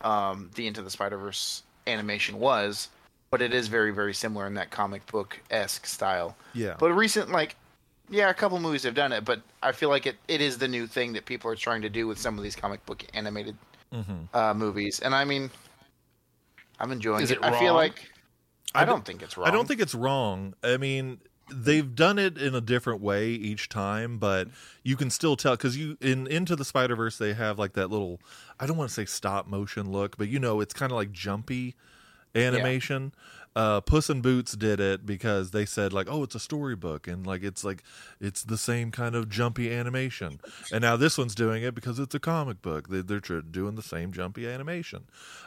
[SPEAKER 4] um, the Into the Spider Verse animation was, but it is very very similar in that comic book esque style.
[SPEAKER 2] yeah,
[SPEAKER 4] But recent like. Yeah, a couple movies have done it, but I feel like it, it is the new thing that people are trying to do with some of these comic book animated
[SPEAKER 2] hmm
[SPEAKER 4] uh, movies. And I mean, I'm enjoying
[SPEAKER 3] Is
[SPEAKER 4] it.
[SPEAKER 3] it
[SPEAKER 4] I feel
[SPEAKER 3] wrong?
[SPEAKER 4] like I,
[SPEAKER 2] I d-
[SPEAKER 4] don't think it's wrong.
[SPEAKER 2] I don't think it's wrong. I mean, they've done it in a different way each time, but you can still tell because you in Into the Spider Verse they have like that little I don't want to say stop motion look, but you know it's kind of like jumpy animation. Uh, Puss in Boots did it because they said like, oh, it's a storybook and like it's like it's the same kind of jumpy animation. And now this one's doing it because it's a comic book. They- They're tr- doing the same jumpy animation.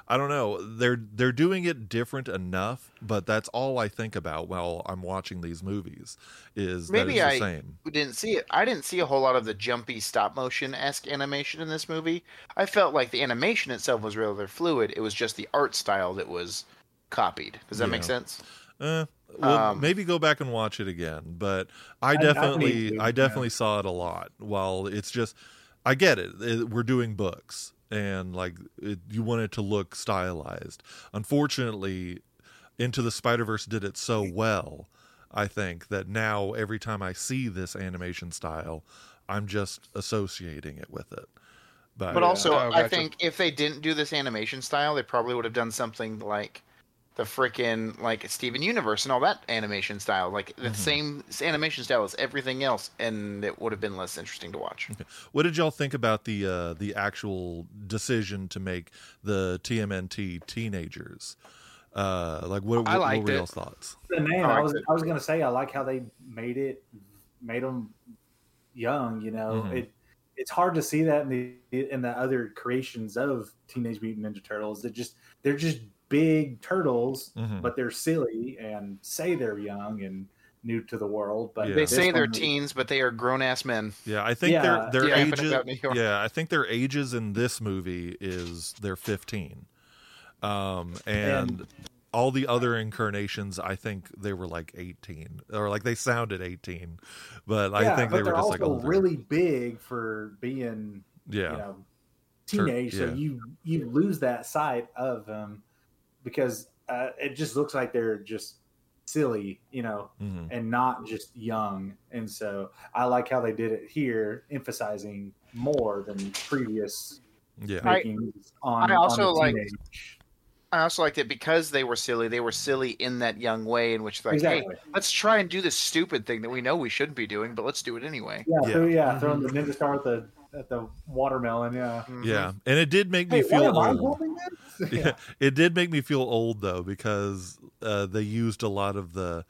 [SPEAKER 2] I don't know. They're they're doing it different enough, but that's all I think about while I'm watching these movies. Is
[SPEAKER 4] Maybe
[SPEAKER 2] that
[SPEAKER 4] I-
[SPEAKER 2] it's the same?
[SPEAKER 4] who didn't see it, I didn't see a whole lot of the jumpy stop motion esque animation in this movie. I felt like the animation itself was rather fluid. It was just the art style that was copied. Does that make
[SPEAKER 2] Yeah.
[SPEAKER 4] sense?
[SPEAKER 2] Eh, well,
[SPEAKER 4] Um,
[SPEAKER 2] maybe go back and watch it again. But I
[SPEAKER 5] I- I
[SPEAKER 2] definitely,
[SPEAKER 5] need to,
[SPEAKER 2] I,
[SPEAKER 5] yeah.
[SPEAKER 2] definitely saw it a lot. While it's just, I get it. It- we're doing books, and like it, you want it to look stylized. Unfortunately, Into the Spider Verse did it so well. I think that now every time I see this animation style, I'm just associating it with it. But,
[SPEAKER 4] But also,
[SPEAKER 3] Oh,
[SPEAKER 4] I
[SPEAKER 3] gotcha.
[SPEAKER 4] think if they didn't do this animation style, they probably would have done something like the frickin' like Steven Universe and all that animation style, like the
[SPEAKER 2] Mhm.
[SPEAKER 4] same animation style as everything else, and it would have been less interesting to watch.
[SPEAKER 2] What did y'all think about the uh, the actual decision to make the TMNT teenagers? Uh, like what,
[SPEAKER 3] I
[SPEAKER 2] what, what
[SPEAKER 3] liked
[SPEAKER 2] were
[SPEAKER 3] it.
[SPEAKER 2] y'all's thoughts?
[SPEAKER 5] the name,
[SPEAKER 4] I
[SPEAKER 5] I
[SPEAKER 4] like
[SPEAKER 5] was
[SPEAKER 4] it.
[SPEAKER 5] I was gonna say I like how they made it made them young. You know,
[SPEAKER 2] Mhm.
[SPEAKER 5] it it's hard to see that in the in the other creations of Teenage Mutant Ninja Turtles. They just they're just big turtles,
[SPEAKER 2] Mhm.
[SPEAKER 5] but they're silly and say they're young and new to the world. But
[SPEAKER 2] Yeah.
[SPEAKER 4] They
[SPEAKER 5] this
[SPEAKER 4] say they're
[SPEAKER 5] one-
[SPEAKER 4] teens, but they are grown ass men.
[SPEAKER 2] Yeah, I think their
[SPEAKER 5] Yeah.
[SPEAKER 2] their
[SPEAKER 4] Yeah, I forgot
[SPEAKER 2] ages.
[SPEAKER 4] about New York.
[SPEAKER 2] Yeah, I think their ages in this movie is they're fifteen, um, and,
[SPEAKER 5] And-
[SPEAKER 2] all the other incarnations, I think they were like eighteen, or like they sounded eighteen, but I
[SPEAKER 5] Yeah,
[SPEAKER 2] think
[SPEAKER 5] but
[SPEAKER 2] they were
[SPEAKER 5] they're
[SPEAKER 2] just
[SPEAKER 5] also
[SPEAKER 2] like older.
[SPEAKER 5] really big for being
[SPEAKER 2] yeah,
[SPEAKER 5] you know
[SPEAKER 2] Tur-
[SPEAKER 5] teenage
[SPEAKER 2] yeah.
[SPEAKER 5] so you you lose that sight of them because uh, it just looks like they're just silly you know
[SPEAKER 2] Mhm.
[SPEAKER 5] and not just young and so i like how they did it here emphasizing more than previous
[SPEAKER 2] yeah.
[SPEAKER 5] Mm-hmm.
[SPEAKER 4] I-
[SPEAKER 5] makings on
[SPEAKER 4] I also
[SPEAKER 5] on the
[SPEAKER 4] like-
[SPEAKER 5] teenage.
[SPEAKER 4] I also liked it because they were silly. They were silly in that young way, in which like,
[SPEAKER 5] exactly
[SPEAKER 4] hey, let's try and do this stupid thing that we know we shouldn't be doing, but let's do it anyway.
[SPEAKER 5] yeah Mm-hmm.
[SPEAKER 2] Yeah.
[SPEAKER 5] yeah, yeah
[SPEAKER 3] Mhm.
[SPEAKER 5] throwing the ninja star at the at the watermelon yeah
[SPEAKER 4] Mm-hmm.
[SPEAKER 2] yeah, and it did make me
[SPEAKER 5] Hey,
[SPEAKER 2] feel
[SPEAKER 5] why am I
[SPEAKER 2] old.
[SPEAKER 5] holding this?
[SPEAKER 2] yeah. It did make me feel old though because uh, they used a lot of the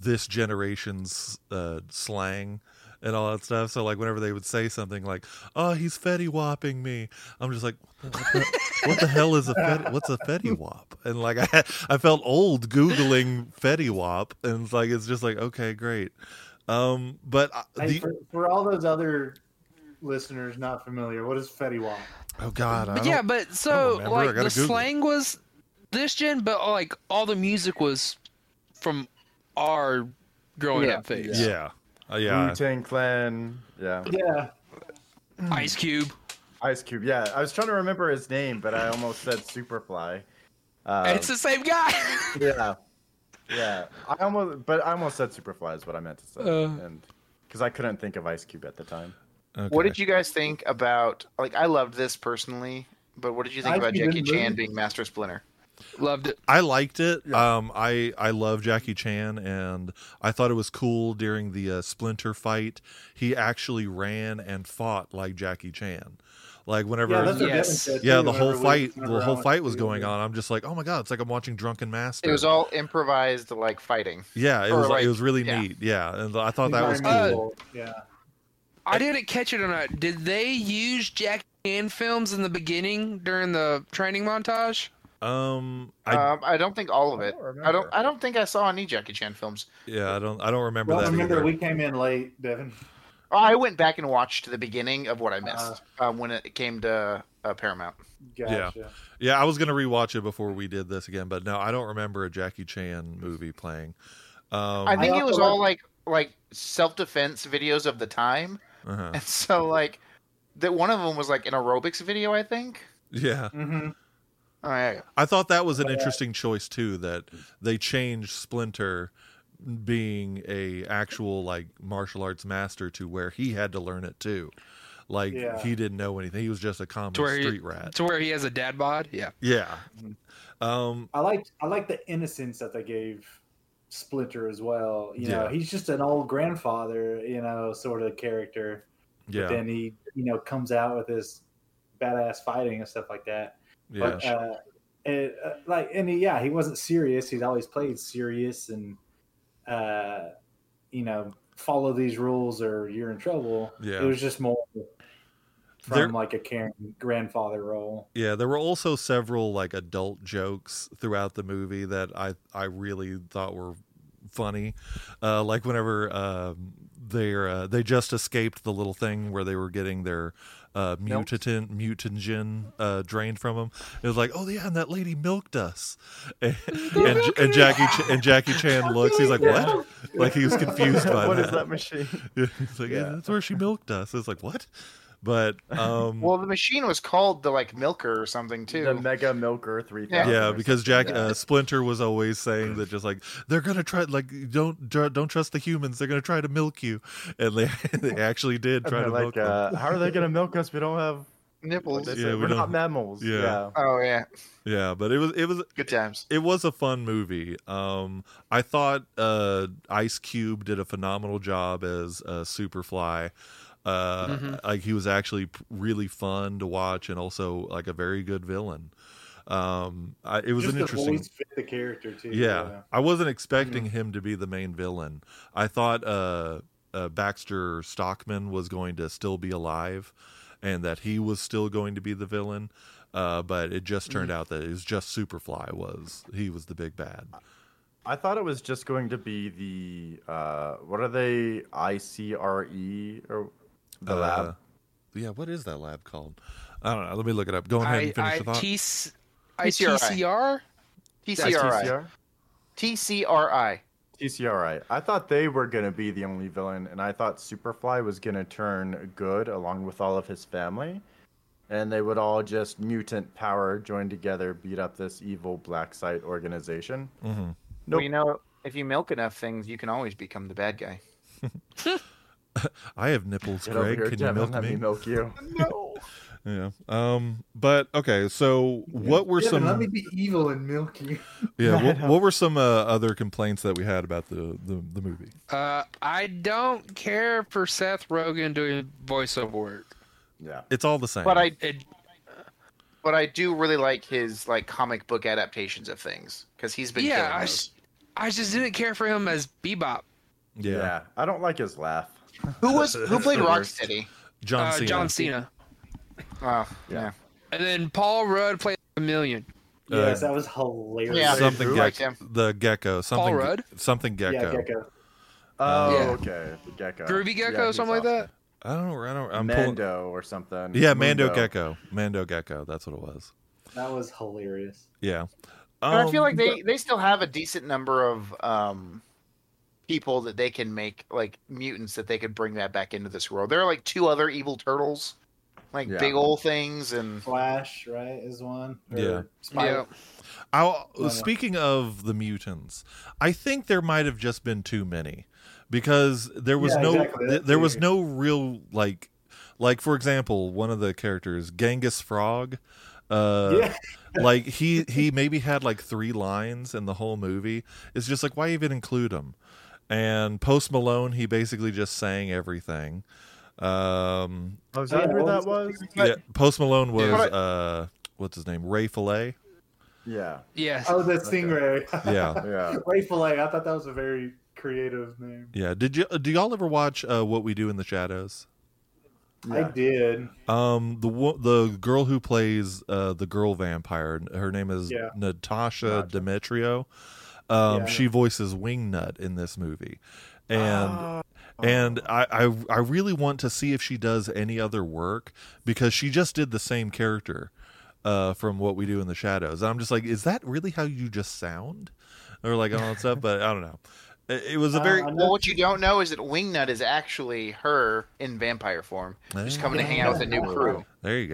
[SPEAKER 2] this generation's uh, slang and all that stuff. So like whenever they would say something like, "Oh, he's fetty whopping me," I'm just like, "What the, what the hell is a fet- what's a fetty wop?" And like I I felt old googling fetty wop, and it's like it's just like okay, great. Um, but uh,
[SPEAKER 5] Hey,
[SPEAKER 2] the,
[SPEAKER 5] for, for all those other listeners not familiar, what is Fetty Wap?
[SPEAKER 2] oh god, I
[SPEAKER 3] But
[SPEAKER 2] don't-
[SPEAKER 3] yeah, but so
[SPEAKER 2] remember. I
[SPEAKER 3] like the
[SPEAKER 2] gotta Google it.
[SPEAKER 3] slang was this gen, but like all the music was from our growing
[SPEAKER 4] Yeah.
[SPEAKER 3] up phase.
[SPEAKER 2] yeah, Uh, yeah.
[SPEAKER 1] Wu Tang Clan. Yeah.
[SPEAKER 5] Yeah,
[SPEAKER 3] Ice Cube,
[SPEAKER 1] Ice Cube. Yeah. I was trying to remember his name, but I almost said Superfly. Uh,
[SPEAKER 3] it's the same guy.
[SPEAKER 1] yeah. Yeah. I almost, but I almost said Superfly is what I meant to say,
[SPEAKER 3] Uh.
[SPEAKER 1] and because I couldn't think of Ice Cube at the time.
[SPEAKER 2] Okay.
[SPEAKER 4] What did you guys think about? Like, I loved this personally, but what did you think
[SPEAKER 5] I
[SPEAKER 4] about
[SPEAKER 5] actually
[SPEAKER 4] Jackie
[SPEAKER 5] didn't
[SPEAKER 4] Chan
[SPEAKER 5] really-
[SPEAKER 4] being Master Splinter?
[SPEAKER 3] Loved it.
[SPEAKER 2] I liked it. Um, I I love Jackie Chan, and I thought it was cool during the uh, Splinter fight. He actually ran and fought like Jackie Chan. Like whenever,
[SPEAKER 5] yeah,
[SPEAKER 2] yeah,
[SPEAKER 5] that's what Devin
[SPEAKER 3] Yes.
[SPEAKER 5] said. too,
[SPEAKER 2] the whole
[SPEAKER 5] whenever we-
[SPEAKER 2] fight,
[SPEAKER 5] whenever
[SPEAKER 2] the
[SPEAKER 5] I
[SPEAKER 2] whole
[SPEAKER 5] went
[SPEAKER 2] fight was
[SPEAKER 5] to-
[SPEAKER 2] going on. I'm just like, oh my god, it's like I'm watching Drunken Master.
[SPEAKER 4] It was all improvised, like fighting.
[SPEAKER 2] yeah, it
[SPEAKER 4] or
[SPEAKER 2] was like,
[SPEAKER 4] like-
[SPEAKER 2] it was really
[SPEAKER 4] yeah.
[SPEAKER 2] neat. Yeah, and I thought that was cool.
[SPEAKER 3] Environmental.
[SPEAKER 5] Environmental, yeah,
[SPEAKER 3] I didn't catch it or not. Did they use Jackie Chan films in the beginning during the training montage?
[SPEAKER 2] Um, I
[SPEAKER 5] Uh,
[SPEAKER 4] um, I don't think all of
[SPEAKER 6] I
[SPEAKER 4] it.
[SPEAKER 6] don't
[SPEAKER 4] I don't.
[SPEAKER 6] remember.
[SPEAKER 4] I don't think I saw any Jackie Chan films.
[SPEAKER 2] yeah, I don't I don't remember
[SPEAKER 5] Well,
[SPEAKER 2] that.
[SPEAKER 5] remember,
[SPEAKER 2] either.
[SPEAKER 5] we came in late, Devin.
[SPEAKER 4] Oh, I went back and watched the beginning of what I missed uh, when it came to uh, Paramount.
[SPEAKER 5] Gotcha.
[SPEAKER 2] Yeah, I was gonna rewatch it before we did this again, but no, I don't remember a Jackie Chan movie playing. Um,
[SPEAKER 4] I think
[SPEAKER 5] I
[SPEAKER 4] it was
[SPEAKER 5] also
[SPEAKER 4] all like like self defense videos of the time,
[SPEAKER 2] uh-huh.
[SPEAKER 4] and so like that one of them was like an aerobics video, I think.
[SPEAKER 2] yeah,
[SPEAKER 5] Mm-hmm.
[SPEAKER 4] Oh, yeah, yeah.
[SPEAKER 2] I thought that was an
[SPEAKER 5] uh,
[SPEAKER 2] interesting choice too. That they changed Splinter being a actual like martial arts master to where he had to learn it too. Like
[SPEAKER 5] Yeah.
[SPEAKER 2] he didn't know anything. He was just a common
[SPEAKER 3] To where he-
[SPEAKER 2] street rat.
[SPEAKER 3] To where he has a dad bod. Yeah.
[SPEAKER 2] Yeah.
[SPEAKER 5] Mm-hmm.
[SPEAKER 2] Um.
[SPEAKER 5] I liked I like the innocence that they gave Splinter as well. You know,
[SPEAKER 2] Yeah.
[SPEAKER 5] he's just an old grandfather, you know, sort of character. But
[SPEAKER 2] Yeah.
[SPEAKER 5] then he, you know, comes out with his badass fighting and stuff like that.
[SPEAKER 2] Yeah.
[SPEAKER 5] But, uh, it, uh, like, and he, yeah, he wasn't serious. He's always played serious and, uh, you know, follow these rules or you're in trouble.
[SPEAKER 2] Yeah.
[SPEAKER 5] It was just more from
[SPEAKER 2] There-
[SPEAKER 5] like a Karen grandfather role.
[SPEAKER 2] Yeah, there were also several like adult jokes throughout the movie that I I really thought were funny. Uh, like whenever um, they uh, they just escaped the little thing where they were getting their uh,
[SPEAKER 4] Milked.
[SPEAKER 2] mutagen mutagen uh, drained from them. It was like, oh yeah, and that lady milked us. And and, and Jackie Ch- and Jackie Chan looks. He's like, what? Like he was confused by
[SPEAKER 1] what
[SPEAKER 2] that.
[SPEAKER 1] is that machine?
[SPEAKER 2] Yeah, he's like, yeah,
[SPEAKER 1] Yeah.
[SPEAKER 2] that's where she milked us. It's like what? But um,
[SPEAKER 4] Well, the machine was called the like Milker or something too.
[SPEAKER 1] The Mega Milker 3000.
[SPEAKER 2] yeah
[SPEAKER 1] or
[SPEAKER 2] because jack
[SPEAKER 1] something.
[SPEAKER 2] uh, splinter was always saying that just like they're gonna try like don't dr- don't trust the humans they're gonna try to milk you and they, they actually did
[SPEAKER 1] And
[SPEAKER 2] try
[SPEAKER 1] they're
[SPEAKER 2] to milk
[SPEAKER 1] like,
[SPEAKER 2] them.
[SPEAKER 1] uh, how are they gonna milk us? We don't have.
[SPEAKER 4] Nipples.
[SPEAKER 1] They
[SPEAKER 2] Yeah,
[SPEAKER 1] say,
[SPEAKER 2] we
[SPEAKER 1] we're
[SPEAKER 2] don't-
[SPEAKER 1] not mammals.
[SPEAKER 2] yeah.
[SPEAKER 4] Oh yeah,
[SPEAKER 2] yeah but it was it was
[SPEAKER 4] good times.
[SPEAKER 2] it was a fun movie um i thought uh ice cube did a phenomenal job as uh superfly uh
[SPEAKER 3] Mhm.
[SPEAKER 2] like he was actually p- really fun to watch and also like a very good villain um I, it was
[SPEAKER 5] just
[SPEAKER 2] an interesting
[SPEAKER 5] the voice fit the character too.
[SPEAKER 2] yeah,
[SPEAKER 5] you know.
[SPEAKER 2] I wasn't expecting him to be the main villain. I thought uh, uh, Baxter Stockman was going to still be alive, and that he was still going to be the villain. Uh, but it just turned out that it was just Superfly was he was the big bad.
[SPEAKER 1] I thought it was just going to be the uh, what are they? I C R E or the
[SPEAKER 2] Uh,
[SPEAKER 1] lab.
[SPEAKER 2] Yeah, what is that lab called? I don't know. Let me look it up. Go ahead
[SPEAKER 3] I
[SPEAKER 2] and finish
[SPEAKER 3] I
[SPEAKER 2] the thought.
[SPEAKER 3] T C I T
[SPEAKER 4] TCRI.
[SPEAKER 3] C R.
[SPEAKER 4] TCRI. TCRI.
[SPEAKER 1] TCRI. I thought they were going to be the only villain, and I thought Superfly was going to turn good along with all of his family, and they would all just mutant power join together, beat up this evil black site organization.
[SPEAKER 2] Mhm.
[SPEAKER 1] Nope.
[SPEAKER 4] Well, you know, if you milk enough things, you can always become the bad guy.
[SPEAKER 2] I have nipples,
[SPEAKER 1] Get over
[SPEAKER 2] Greg.
[SPEAKER 1] here,
[SPEAKER 2] Can you
[SPEAKER 1] Devin,
[SPEAKER 2] milk
[SPEAKER 1] let
[SPEAKER 2] me?
[SPEAKER 1] milk you.
[SPEAKER 4] No.
[SPEAKER 2] Yeah. Um. But okay. So what were
[SPEAKER 5] Devin,
[SPEAKER 2] some?
[SPEAKER 5] Let me be evil and milk you.
[SPEAKER 2] Yeah. What, what were some uh, other complaints that we had about the the, the movie?
[SPEAKER 3] Uh, I don't care for Seth Rogen doing voiceover work.
[SPEAKER 1] Yeah.
[SPEAKER 2] It's all the same.
[SPEAKER 4] But I
[SPEAKER 3] It,
[SPEAKER 4] but I do really like his like comic book adaptations of things because he's been
[SPEAKER 3] yeah,
[SPEAKER 4] killing
[SPEAKER 3] I,
[SPEAKER 4] those.
[SPEAKER 3] s- I just didn't care for him as Bebop.
[SPEAKER 1] yeah.
[SPEAKER 2] yeah.
[SPEAKER 1] I don't like his laugh.
[SPEAKER 4] Who was who played
[SPEAKER 1] the worst.
[SPEAKER 4] Rocksteady?
[SPEAKER 2] John
[SPEAKER 3] uh,
[SPEAKER 2] Cena.
[SPEAKER 3] John Cena.
[SPEAKER 4] Oh,
[SPEAKER 1] Yeah.
[SPEAKER 4] yeah.
[SPEAKER 3] And then Paul Rudd played Chameleon.
[SPEAKER 2] Uh,
[SPEAKER 5] yes, that was hilarious.
[SPEAKER 4] Yeah.
[SPEAKER 2] something
[SPEAKER 4] Who?
[SPEAKER 2] gecko,
[SPEAKER 4] Like him.
[SPEAKER 2] the gecko. Something,
[SPEAKER 3] Rudd?
[SPEAKER 2] Something
[SPEAKER 5] Yeah,
[SPEAKER 2] gecko.
[SPEAKER 5] Gecko.
[SPEAKER 2] Um,
[SPEAKER 1] Oh,
[SPEAKER 3] Yeah.
[SPEAKER 1] okay. The gecko.
[SPEAKER 3] Groovy
[SPEAKER 1] Yeah,
[SPEAKER 3] Gecko,
[SPEAKER 1] he's
[SPEAKER 3] something like
[SPEAKER 1] awesome.
[SPEAKER 3] that.
[SPEAKER 2] I don't. I don't. I'm
[SPEAKER 1] Mando
[SPEAKER 2] pulling.
[SPEAKER 1] or something.
[SPEAKER 2] Yeah, Mando
[SPEAKER 1] Mundo.
[SPEAKER 2] gecko. Mando gecko. That's what it was.
[SPEAKER 5] That was hilarious.
[SPEAKER 2] Yeah. Um,
[SPEAKER 4] But I feel like they they still have a decent number of um people that they can make like mutants that they could bring that back into this world. There are like two other evil turtles, like
[SPEAKER 1] Yeah.
[SPEAKER 4] big old things, and
[SPEAKER 5] Flash, right, is one. Or
[SPEAKER 2] Mm-hmm. Yeah.
[SPEAKER 5] Spike.
[SPEAKER 3] Yeah.
[SPEAKER 2] I'll,
[SPEAKER 5] Yeah.
[SPEAKER 2] speaking of the mutants, I think there might have just been too many because there was
[SPEAKER 5] Yeah,
[SPEAKER 2] no
[SPEAKER 5] exactly.
[SPEAKER 2] th- there was
[SPEAKER 5] Yeah.
[SPEAKER 2] no real like like for example one of the characters Genghis Frog. Uh,
[SPEAKER 5] Yeah.
[SPEAKER 2] like he he maybe had like three lines in the whole movie. It's just like why even include him? And Post Malone, he basically just sang everything. Um,
[SPEAKER 1] Oh, is that
[SPEAKER 5] Yeah,
[SPEAKER 1] who
[SPEAKER 5] what
[SPEAKER 1] that
[SPEAKER 5] was
[SPEAKER 1] was?
[SPEAKER 4] But-
[SPEAKER 2] yeah, Post Malone was
[SPEAKER 4] But
[SPEAKER 2] uh, what's his name? Ray Fillet.
[SPEAKER 1] Yeah.
[SPEAKER 3] Yes.
[SPEAKER 5] Oh, the Stingray.
[SPEAKER 2] Yeah.
[SPEAKER 1] Yeah.
[SPEAKER 5] Ray Fillet. I thought that was a very creative name.
[SPEAKER 2] Yeah. Did you do y'all ever watch uh, What We Do in the Shadows?
[SPEAKER 5] I did.
[SPEAKER 2] Um, the wo- the girl who plays uh the girl vampire, her name is
[SPEAKER 5] Yeah.
[SPEAKER 2] Natasha Demetrio. Um,
[SPEAKER 5] Yeah.
[SPEAKER 2] she voices Wingnut in this movie, and
[SPEAKER 1] Ah.
[SPEAKER 4] Uh-huh.
[SPEAKER 2] and I, I I really want to see if she does any other work because she just did the same character uh from what we do in the shadows. I'm just like, is that really how you just sound? Or like all that stuff, but I don't know. It, it was a
[SPEAKER 5] Uh,
[SPEAKER 2] very
[SPEAKER 5] I know
[SPEAKER 4] Well, what you don't know is that Wingnut is actually her in vampire form. She's coming to hang out with a new crew.
[SPEAKER 2] there you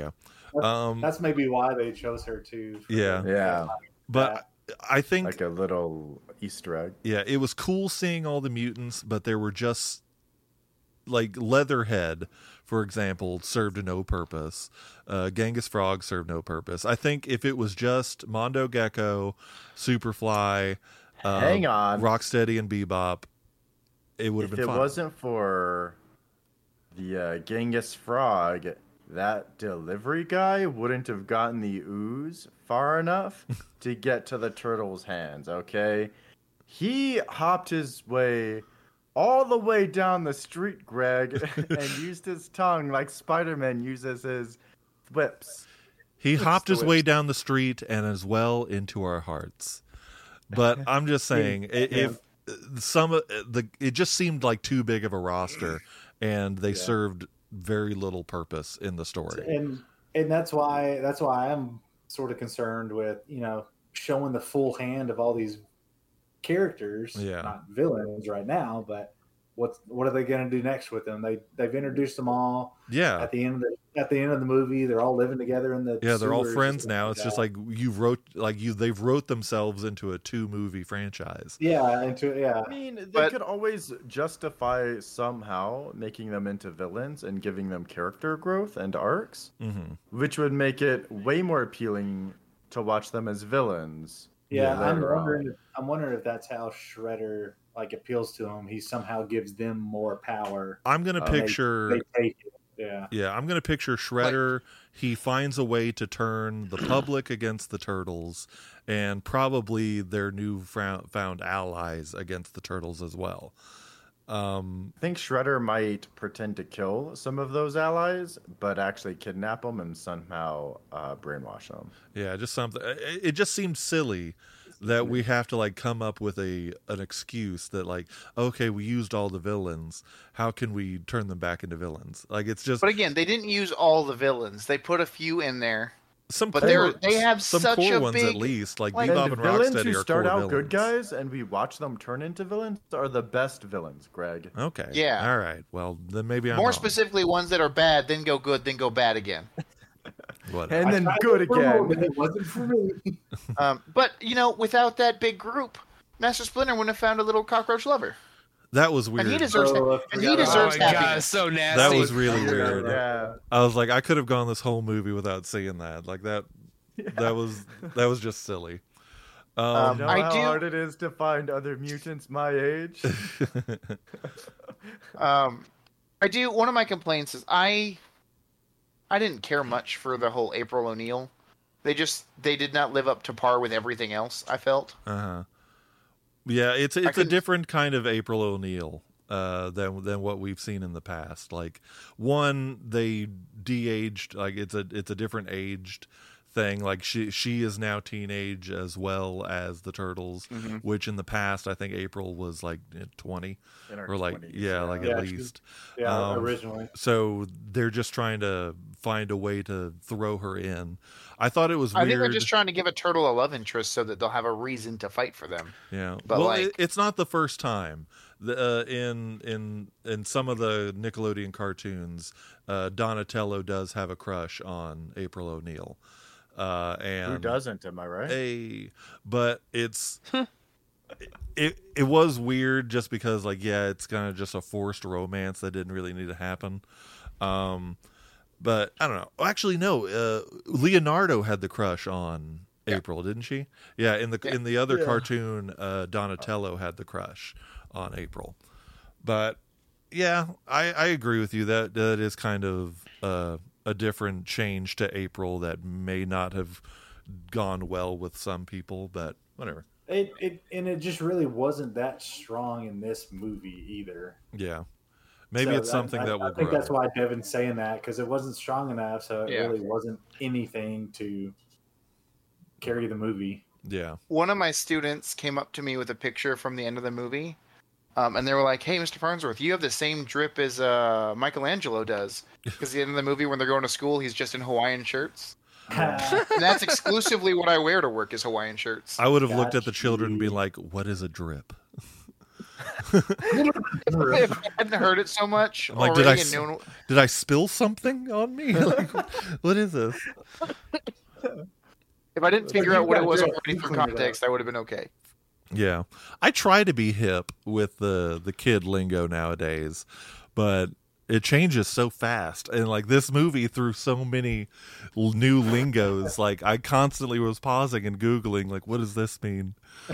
[SPEAKER 2] go. Um,
[SPEAKER 5] That's maybe why they chose her too. for
[SPEAKER 2] Yeah.
[SPEAKER 1] Yeah,
[SPEAKER 2] but I think
[SPEAKER 1] like a little Easter egg.
[SPEAKER 2] Yeah, it was cool seeing all the mutants, but there were just like Leatherhead, for example, served no purpose. Uh, Genghis Frog served no purpose. I think if it was just Mondo Gecko, Superfly, uh,
[SPEAKER 1] Hang on.
[SPEAKER 2] Rocksteady, and Bebop, it would have
[SPEAKER 1] if
[SPEAKER 2] been
[SPEAKER 1] it
[SPEAKER 2] fun.
[SPEAKER 1] wasn't for the uh, Genghis Frog, that delivery guy wouldn't have gotten the ooze far enough to get to the turtle's hands, okay? He hopped his way all the way down the street, Greg, and used his tongue like Spider Man uses his whips.
[SPEAKER 2] He hopped his
[SPEAKER 1] the
[SPEAKER 2] way down the street and as well into our hearts. But I'm just saying, i if uh, some of the, it just seemed like too big of a roster, and they served very little purpose in the story.
[SPEAKER 5] and and that's why that's why I'm sort of concerned with you know showing the full hand of all these characters,
[SPEAKER 2] Yeah.
[SPEAKER 5] not villains right now, but what what are they going to do next with them? They they've introduced them all
[SPEAKER 2] Yeah,
[SPEAKER 5] at the end of the, at the end of the movie. They're all living together in the
[SPEAKER 2] yeah, they're all
[SPEAKER 5] sewers
[SPEAKER 2] friends
[SPEAKER 5] and stuff
[SPEAKER 2] now. It's just
[SPEAKER 5] that.
[SPEAKER 2] like you wrote, like you they've wrote themselves into a two movie franchise.
[SPEAKER 5] yeah, into yeah.
[SPEAKER 1] I mean, they
[SPEAKER 4] But-
[SPEAKER 1] could always justify somehow making them into villains and giving them character growth and arcs.
[SPEAKER 2] hmm
[SPEAKER 1] which would make it way more appealing to watch them as villains.
[SPEAKER 5] Yeah, I'm
[SPEAKER 1] later on.
[SPEAKER 5] wondering. If, I'm wondering if that's how Shredder like appeals to him. He somehow gives them more power.
[SPEAKER 2] I'm gonna
[SPEAKER 1] Um,
[SPEAKER 2] picture.
[SPEAKER 5] They take it. Yeah,
[SPEAKER 2] Yeah, I'm gonna picture Shredder. he finds a way to turn the public against the turtles, and probably their new frou- found allies against the turtles as well. Um,
[SPEAKER 1] I think Shredder might pretend to kill some of those allies, but actually kidnap them and somehow uh, brainwash them.
[SPEAKER 2] yeah, just something. It, it just seems silly that we have to like come up with a an excuse that like, okay, we used all the villains. How can we turn them back into villains? Like it's just
[SPEAKER 4] But again, they didn't use all the villains. They put a few in there.
[SPEAKER 2] some.
[SPEAKER 4] but
[SPEAKER 2] core-
[SPEAKER 4] they're- they have
[SPEAKER 2] some
[SPEAKER 4] such
[SPEAKER 2] core
[SPEAKER 4] a
[SPEAKER 2] ones at
[SPEAKER 4] big-
[SPEAKER 2] least. Like,
[SPEAKER 4] like-
[SPEAKER 2] Bebop
[SPEAKER 1] And
[SPEAKER 2] and
[SPEAKER 1] villains
[SPEAKER 2] Rocksteady
[SPEAKER 1] who
[SPEAKER 2] are
[SPEAKER 1] start
[SPEAKER 2] core
[SPEAKER 1] out
[SPEAKER 2] villains.
[SPEAKER 1] good guys and we watch them turn into villains are the best villains, Greg.
[SPEAKER 2] Okay.
[SPEAKER 4] Yeah.
[SPEAKER 2] All right. Well, then maybe I'm
[SPEAKER 4] More
[SPEAKER 2] wrong.
[SPEAKER 4] specifically, ones that are bad, then go good, then go bad again.
[SPEAKER 2] Whatever.
[SPEAKER 1] And
[SPEAKER 5] I
[SPEAKER 1] then
[SPEAKER 5] tried
[SPEAKER 1] good
[SPEAKER 5] it for a moment,
[SPEAKER 1] again.
[SPEAKER 5] It wasn't for me.
[SPEAKER 4] Um, but you know, without that big group, Master Splinter wouldn't have found a little cockroach lover,
[SPEAKER 2] That was weird.
[SPEAKER 4] and he deserves
[SPEAKER 5] Oh, I
[SPEAKER 4] that. And he
[SPEAKER 5] forgot about
[SPEAKER 4] deserves
[SPEAKER 3] oh my god,
[SPEAKER 4] happiness.
[SPEAKER 3] it's so nasty.
[SPEAKER 2] that was really
[SPEAKER 5] Yeah.
[SPEAKER 2] weird.
[SPEAKER 1] Yeah.
[SPEAKER 2] I was like, I could have gone this whole movie without seeing that. Like that, that was that was just silly.
[SPEAKER 1] You
[SPEAKER 2] Um,
[SPEAKER 1] know
[SPEAKER 4] I
[SPEAKER 1] how
[SPEAKER 4] do-
[SPEAKER 1] hard it is to find other mutants my age?
[SPEAKER 4] Um, I do. One of my complaints is I, I didn't care much for the whole April O'Neil. They just they did not live up to par with everything else. I felt.
[SPEAKER 2] uh-huh. Yeah, it's it's a
[SPEAKER 4] couldn't-
[SPEAKER 2] different kind of April O'Neil uh, than than what we've seen in the past. Like one, they de-aged. Like it's a it's a different aged thing. Like she she is now teenage as well as the turtles,
[SPEAKER 4] Mm-hmm.
[SPEAKER 2] which in the past I think April was like twenty
[SPEAKER 1] In our
[SPEAKER 2] or like
[SPEAKER 1] 20s,
[SPEAKER 2] yeah, like
[SPEAKER 5] Yeah,
[SPEAKER 2] at
[SPEAKER 5] she's-
[SPEAKER 2] least.
[SPEAKER 5] Yeah,
[SPEAKER 2] Um,
[SPEAKER 5] originally.
[SPEAKER 2] so they're just trying to find a way to throw her in. I thought it was
[SPEAKER 4] I
[SPEAKER 2] weird.
[SPEAKER 4] think they're just trying to give a turtle a love interest so that they'll have a reason to fight for them.
[SPEAKER 2] yeah.
[SPEAKER 4] but,
[SPEAKER 2] well,
[SPEAKER 4] like-
[SPEAKER 2] it, it's not the first time. The, uh, in in in some of the Nickelodeon cartoons, uh, Donatello does have a crush on April O'Neil. Uh, and
[SPEAKER 1] Who doesn't, am I right?
[SPEAKER 2] Hey, but it's it it was weird just because like yeah, it's kind of just a forced romance that didn't really need to happen. Um but I don't know. Oh, Actually no, uh Leonardo had the crush on April, didn't she? Yeah, in the in the other
[SPEAKER 1] Yeah.
[SPEAKER 2] cartoon, uh Donatello had the crush on April. But yeah, I I agree with you that that is kind of uh a different change to April that may not have gone well with some people, but whatever.
[SPEAKER 5] It, it and it just really wasn't that strong in this movie either.
[SPEAKER 2] Yeah. Maybe
[SPEAKER 5] So
[SPEAKER 2] it's something
[SPEAKER 5] I,
[SPEAKER 2] that
[SPEAKER 5] I,
[SPEAKER 2] will
[SPEAKER 5] I think
[SPEAKER 2] grow.
[SPEAKER 5] that's why Devin's saying that because it wasn't strong enough, so it
[SPEAKER 4] Yeah.
[SPEAKER 5] really wasn't anything to carry the movie.
[SPEAKER 2] yeah.
[SPEAKER 4] One of my students came up to me with a picture from the end of the movie, um, and they were like, "Hey, Mr. Farnsworth, you have the same drip as uh, Michelangelo does." Because the end of the movie, when they're going to school, he's just in Hawaiian shirts, and that's exclusively what I wear to work is Hawaiian shirts.
[SPEAKER 2] I would have looked at the
[SPEAKER 5] Gotcha.
[SPEAKER 2] children and be like, "What is a drip?"
[SPEAKER 4] if I hadn't heard it so much
[SPEAKER 2] I'm like,
[SPEAKER 4] already,
[SPEAKER 2] did I
[SPEAKER 4] and
[SPEAKER 2] s-
[SPEAKER 4] no one,
[SPEAKER 2] Did I spill something on me? Like, what is this?
[SPEAKER 4] if I didn't
[SPEAKER 5] But
[SPEAKER 4] figure
[SPEAKER 5] you
[SPEAKER 4] out what
[SPEAKER 5] got
[SPEAKER 4] it was
[SPEAKER 5] drip,
[SPEAKER 4] already
[SPEAKER 5] you
[SPEAKER 4] through
[SPEAKER 5] cleaned it
[SPEAKER 4] context, I would have been okay.
[SPEAKER 2] Yeah. I try to be hip with the the kid lingo nowadays, but it changes so fast. And like this movie threw so many l- new lingos, like I constantly was pausing and googling like what does this mean?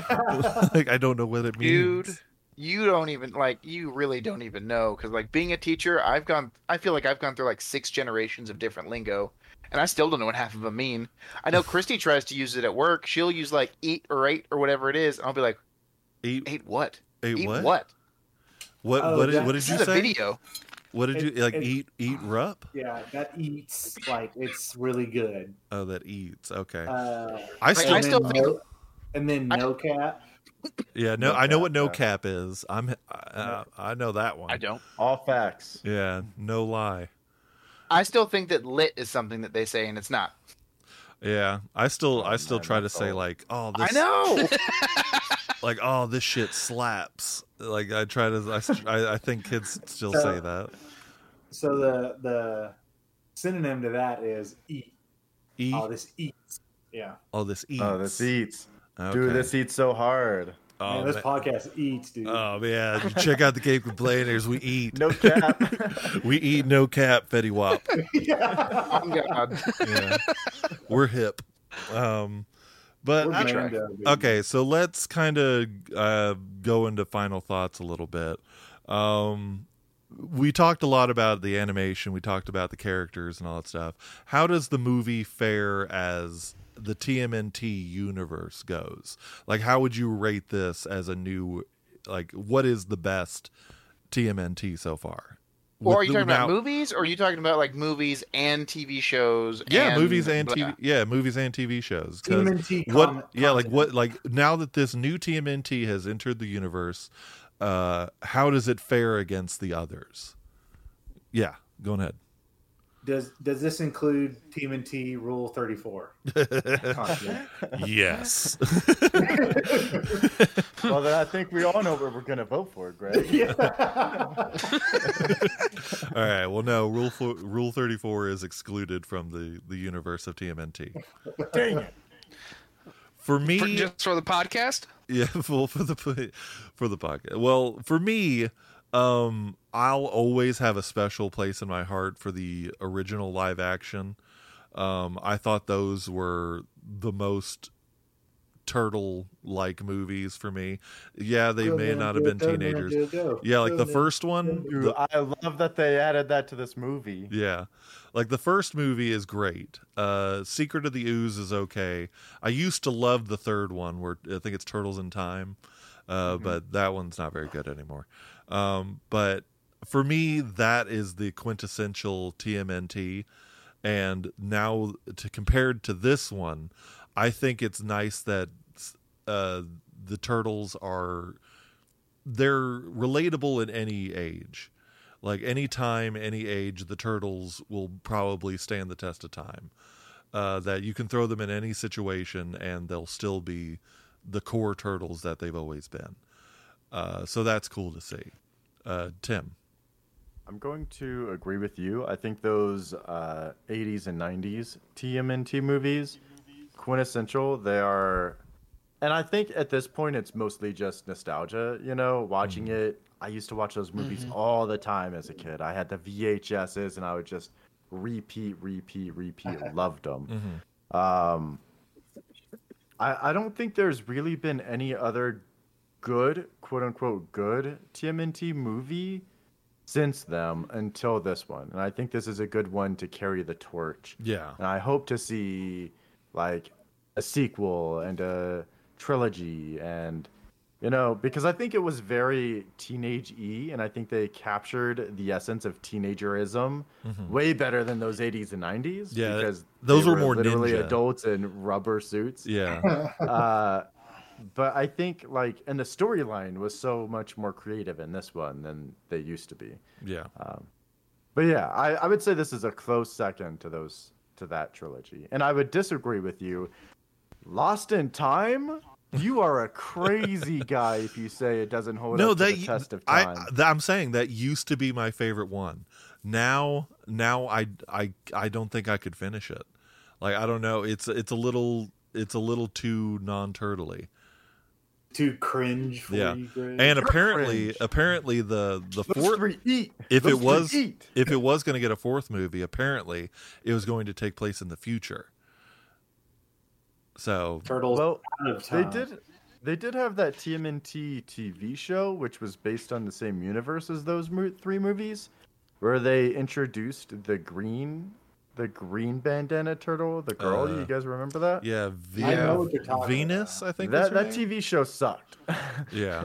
[SPEAKER 2] like I don't know what it means.
[SPEAKER 4] dude you don't even like you really don't even know because like being a teacher i've gone i feel like i've gone through like six generations of different lingo and i still don't know what half of them mean i know christy tries to use it at work she'll use like eat or ate or whatever it is and i'll be like
[SPEAKER 2] Eight,
[SPEAKER 4] eat what
[SPEAKER 2] eight
[SPEAKER 4] eat
[SPEAKER 2] what?
[SPEAKER 4] what,
[SPEAKER 2] What what,
[SPEAKER 5] Oh,
[SPEAKER 2] what, did,
[SPEAKER 5] yeah.
[SPEAKER 2] what did
[SPEAKER 4] this
[SPEAKER 2] you
[SPEAKER 4] is a
[SPEAKER 2] say?
[SPEAKER 4] video
[SPEAKER 2] What did you
[SPEAKER 5] It-
[SPEAKER 2] like
[SPEAKER 5] it-
[SPEAKER 2] eat eat rup?
[SPEAKER 5] yeah, that eats like it's really good.
[SPEAKER 2] Oh, that eats. Okay.
[SPEAKER 5] Uh,
[SPEAKER 2] I
[SPEAKER 4] like,
[SPEAKER 2] still
[SPEAKER 4] I still
[SPEAKER 5] and
[SPEAKER 4] think-
[SPEAKER 5] no- and then
[SPEAKER 4] I-
[SPEAKER 5] no cap.
[SPEAKER 2] Yeah, no,
[SPEAKER 1] No
[SPEAKER 2] I know
[SPEAKER 1] cap,
[SPEAKER 2] what no
[SPEAKER 1] yeah.
[SPEAKER 2] cap is. I'm uh, I know that one.
[SPEAKER 4] i don't
[SPEAKER 1] All facts.
[SPEAKER 2] Yeah, no lie.
[SPEAKER 4] i still think that lit is something that they say and it's not
[SPEAKER 2] Yeah, I still I still
[SPEAKER 1] man,
[SPEAKER 2] try to
[SPEAKER 1] that's
[SPEAKER 2] say
[SPEAKER 1] all.
[SPEAKER 2] like, oh, this,
[SPEAKER 4] i know
[SPEAKER 2] like, oh, this shit slaps. Like I try to I s- I, I think kids still
[SPEAKER 5] So-
[SPEAKER 2] say that.
[SPEAKER 5] So the the synonym to that is eat.
[SPEAKER 2] Eat
[SPEAKER 5] Oh, this eats. Yeah,
[SPEAKER 2] oh E, this eats.
[SPEAKER 1] Oh, this eats.
[SPEAKER 2] Okay.
[SPEAKER 1] Dude, this eats so hard.
[SPEAKER 2] Oh,
[SPEAKER 5] man, this
[SPEAKER 2] man.
[SPEAKER 5] podcast eats, dude.
[SPEAKER 2] Oh, man, check out the Cape Complainers. We eat.
[SPEAKER 1] No cap.
[SPEAKER 2] we eat no cap, Fetty Wap.
[SPEAKER 5] yeah.
[SPEAKER 4] Oh, God.
[SPEAKER 2] Yeah. We're hip. Um, but
[SPEAKER 5] We're
[SPEAKER 2] I-
[SPEAKER 5] brain dead, dude.
[SPEAKER 2] okay so let's kind of uh, go into final thoughts a little bit um, we talked a lot about the animation we talked about the characters and all that stuff how does the movie fare as the tmnt universe goes like how would you rate this as a new like what is the best tmnt so far
[SPEAKER 4] or are
[SPEAKER 2] With
[SPEAKER 4] you
[SPEAKER 2] the-
[SPEAKER 4] talking about
[SPEAKER 2] now-
[SPEAKER 4] movies or are you talking about like movies and tv shows
[SPEAKER 2] yeah
[SPEAKER 4] and
[SPEAKER 2] movies and
[SPEAKER 4] blah?
[SPEAKER 2] tv yeah movies and tv shows 'cause-
[SPEAKER 5] TMNT
[SPEAKER 2] what
[SPEAKER 5] con-
[SPEAKER 2] yeah like
[SPEAKER 5] content.
[SPEAKER 2] what like now that this new tmnt has entered the universe uh how does it fare against the others yeah go ahead
[SPEAKER 5] does does this include TMNT Rule Thirty Four?
[SPEAKER 2] yes
[SPEAKER 1] well, then I think we all know what we're going to vote for, Greg.
[SPEAKER 5] yeah.
[SPEAKER 2] all right well no rule four, rule 34 is excluded from the the universe of tmnt
[SPEAKER 1] Dang it.
[SPEAKER 2] for me
[SPEAKER 3] For, just for the podcast?
[SPEAKER 2] yeah well for the for the podcast well for me um i'll always have a special place in my heart for the original live action um i thought those were the most turtle like movies for me yeah they may not have been teenagers yeah like the first one
[SPEAKER 1] Dude,
[SPEAKER 2] the-
[SPEAKER 1] I love that they added that to this movie.
[SPEAKER 2] yeah. Like the first movie is great. Uh Secret of the Ooze is okay. I used to love the third one where I think it's Turtles in Time. Uh but that one's not very good anymore. Um but for me that is the quintessential TMNT and now to compared to this one, I think it's nice that uh the turtles are they're relatable in any age like any time any age the turtles will probably stand the test of time uh, that you can throw them in any situation and they'll still be the core turtles that they've always been uh, so that's cool to see uh, tim
[SPEAKER 1] I'm going to agree with you. I think those uh, 80s and 90s TMNT movies quintessential. They are, and I think at this point it's mostly just nostalgia. You know, watching it. I used to watch those movies all the time as a kid. I had the VHSs, and I would just repeat, repeat, repeat. Loved them. Um, I, I don't think there's really been any other good, quote unquote, good TMNT movie since them until this one. And I think this is a good one to carry the torch.
[SPEAKER 2] yeah
[SPEAKER 1] And I hope to see like a sequel and a trilogy and You know, because I think it was very teenage y, and I think they captured the essence of teenagerism way better than those 80s and 90s.
[SPEAKER 2] Mm-hmm. Yeah,
[SPEAKER 1] because
[SPEAKER 2] those
[SPEAKER 1] they
[SPEAKER 2] were more
[SPEAKER 1] literally
[SPEAKER 2] ninja.
[SPEAKER 1] adults in rubber suits.
[SPEAKER 2] Yeah.
[SPEAKER 1] Uh, but I think like, and the storyline was so much more creative in this one than they used to be.
[SPEAKER 2] Yeah.
[SPEAKER 1] But yeah, I, I would say this is a close second to those to that trilogy. And I would disagree with you. Lost in Time? You are a crazy guy if you say it doesn't hold
[SPEAKER 2] no,
[SPEAKER 1] up
[SPEAKER 2] that
[SPEAKER 1] to the test of
[SPEAKER 2] I,
[SPEAKER 1] time.
[SPEAKER 2] that- I'm saying that used to be my favorite one. Now, now I I I don't think I could finish it. Like I don't know. It's it's a little it's a little too non turtly.
[SPEAKER 5] Too cringe for
[SPEAKER 2] Yeah.
[SPEAKER 5] you, Greg.
[SPEAKER 2] And apparently,
[SPEAKER 1] cringe.
[SPEAKER 2] apparently the the
[SPEAKER 1] Those
[SPEAKER 2] fourth
[SPEAKER 1] three eat.
[SPEAKER 2] if
[SPEAKER 1] Those
[SPEAKER 2] it
[SPEAKER 1] three
[SPEAKER 2] was
[SPEAKER 1] eat.
[SPEAKER 2] if it was going to get a fourth movie, apparently it was going to take place in the future. So
[SPEAKER 5] turtles
[SPEAKER 1] Well,
[SPEAKER 5] out of
[SPEAKER 1] they
[SPEAKER 5] time.
[SPEAKER 1] did they did have that TMNT TV show which was based on the same universe as those mo- three movies where they introduced the green the green bandana turtle, the girl.
[SPEAKER 2] Uh,
[SPEAKER 1] you guys remember that?
[SPEAKER 2] yeah, v-
[SPEAKER 5] I know what you're talking
[SPEAKER 2] Venus. I think
[SPEAKER 1] that
[SPEAKER 2] that's her
[SPEAKER 1] that
[SPEAKER 2] name?
[SPEAKER 1] TV show sucked.
[SPEAKER 2] Yeah.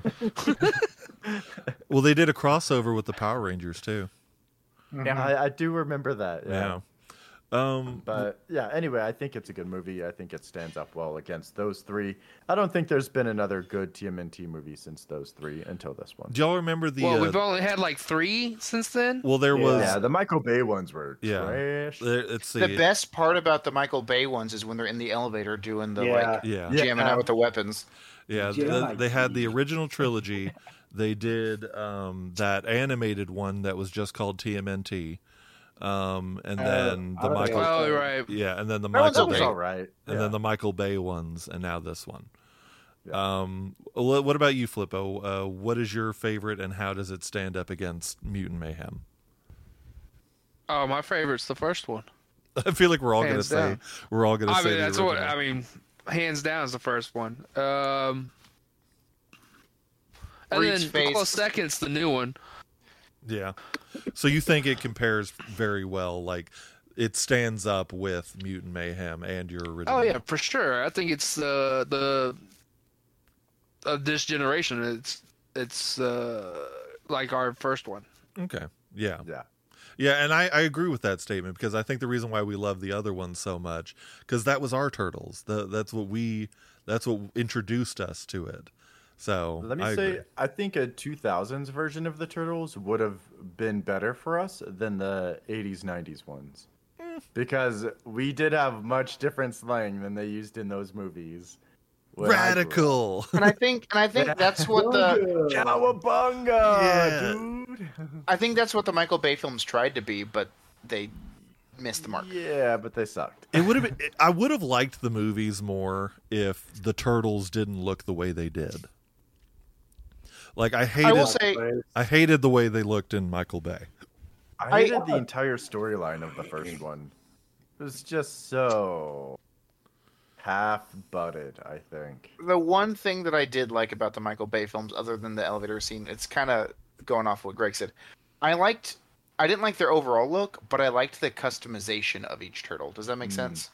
[SPEAKER 2] well, they did a crossover with the Power Rangers too.
[SPEAKER 1] I, I do remember that. Yeah.
[SPEAKER 2] Yeah. Um.
[SPEAKER 1] But yeah, anyway, I think it's a good movie. I think it stands up well against those three. I don't think there's been another good TMNT movie since those three until this one.
[SPEAKER 2] Do y'all remember the?
[SPEAKER 3] well,
[SPEAKER 2] uh,
[SPEAKER 3] we've only had like three since then.
[SPEAKER 2] well, there was.
[SPEAKER 1] yeah, the Michael Bay ones were
[SPEAKER 2] Yeah.
[SPEAKER 1] trash.
[SPEAKER 2] there- let's see.
[SPEAKER 4] The best part about the Michael Bay ones is when they're in the elevator doing the like
[SPEAKER 2] yeah.
[SPEAKER 1] Yeah.
[SPEAKER 4] jamming out with the weapons.
[SPEAKER 2] Yeah.
[SPEAKER 5] Yeah,
[SPEAKER 2] the-
[SPEAKER 5] I
[SPEAKER 2] they had the
[SPEAKER 5] did.
[SPEAKER 2] original trilogy. they did um, that animated one that was just called TMNT, um, and
[SPEAKER 5] Uh,
[SPEAKER 2] then the
[SPEAKER 5] I don't
[SPEAKER 2] Michael.
[SPEAKER 5] know.
[SPEAKER 3] Oh, right.
[SPEAKER 2] Yeah, and then the
[SPEAKER 1] That one-
[SPEAKER 2] Michael
[SPEAKER 1] that was
[SPEAKER 2] Bay,
[SPEAKER 1] all right.
[SPEAKER 2] and
[SPEAKER 1] yeah.
[SPEAKER 2] then the Michael Bay ones, and now this one. Um, wh- what about you, Flippo? Uh, what is your favorite, and how does it stand up against Mutant Mayhem?
[SPEAKER 3] Oh, my favorite's the first one.
[SPEAKER 2] I feel like we're all
[SPEAKER 3] Hands
[SPEAKER 2] gonna
[SPEAKER 3] down.
[SPEAKER 2] say we're all gonna
[SPEAKER 3] I
[SPEAKER 2] say.
[SPEAKER 3] mean,
[SPEAKER 2] the
[SPEAKER 3] that's what
[SPEAKER 2] original.
[SPEAKER 3] I mean. Hands down is the first one. Um, and
[SPEAKER 4] Breach
[SPEAKER 3] then
[SPEAKER 4] face.
[SPEAKER 3] close second's the new one.
[SPEAKER 2] Yeah. So you think it compares very well? Like it stands up with Mutant Mayhem and your original.
[SPEAKER 3] Oh yeah, for sure. I think it's uh, the of this generation. It's it's uh, like our first one.
[SPEAKER 2] Okay. Yeah.
[SPEAKER 1] Yeah.
[SPEAKER 2] Yeah, and I, I agree with that statement because I think the reason why we love the other one so much because that was our turtles. The, that's what we that's what introduced us to it. So
[SPEAKER 1] Let me
[SPEAKER 2] I
[SPEAKER 1] say,
[SPEAKER 2] agree.
[SPEAKER 1] I think a 2000s version of the Turtles would have been better for us than the 80s, 90s ones. Because we did have much different slang than they used in those movies. when I grew up.
[SPEAKER 2] radical.
[SPEAKER 4] And I think and I think that's what the
[SPEAKER 1] Cowabunga,
[SPEAKER 2] Yeah.
[SPEAKER 1] dude.
[SPEAKER 4] I think that's what the Michael Bay films tried to be, but they missed the mark.
[SPEAKER 1] Yeah, but they sucked.
[SPEAKER 2] It would have been. I would have liked the movies more if the turtles didn't look the way they did. Like I hated.
[SPEAKER 4] I will say
[SPEAKER 2] I hated the way they looked in Michael Bay.
[SPEAKER 1] I
[SPEAKER 4] I-
[SPEAKER 1] hated the entire storyline of the first one. It was just so half-butted. I think.
[SPEAKER 4] the one thing that I did like about the Michael Bay films, other than the elevator scene, it's kind of going off what Greg said. I liked, I didn't like their overall look, but I liked the customization of each turtle. Does that make sense?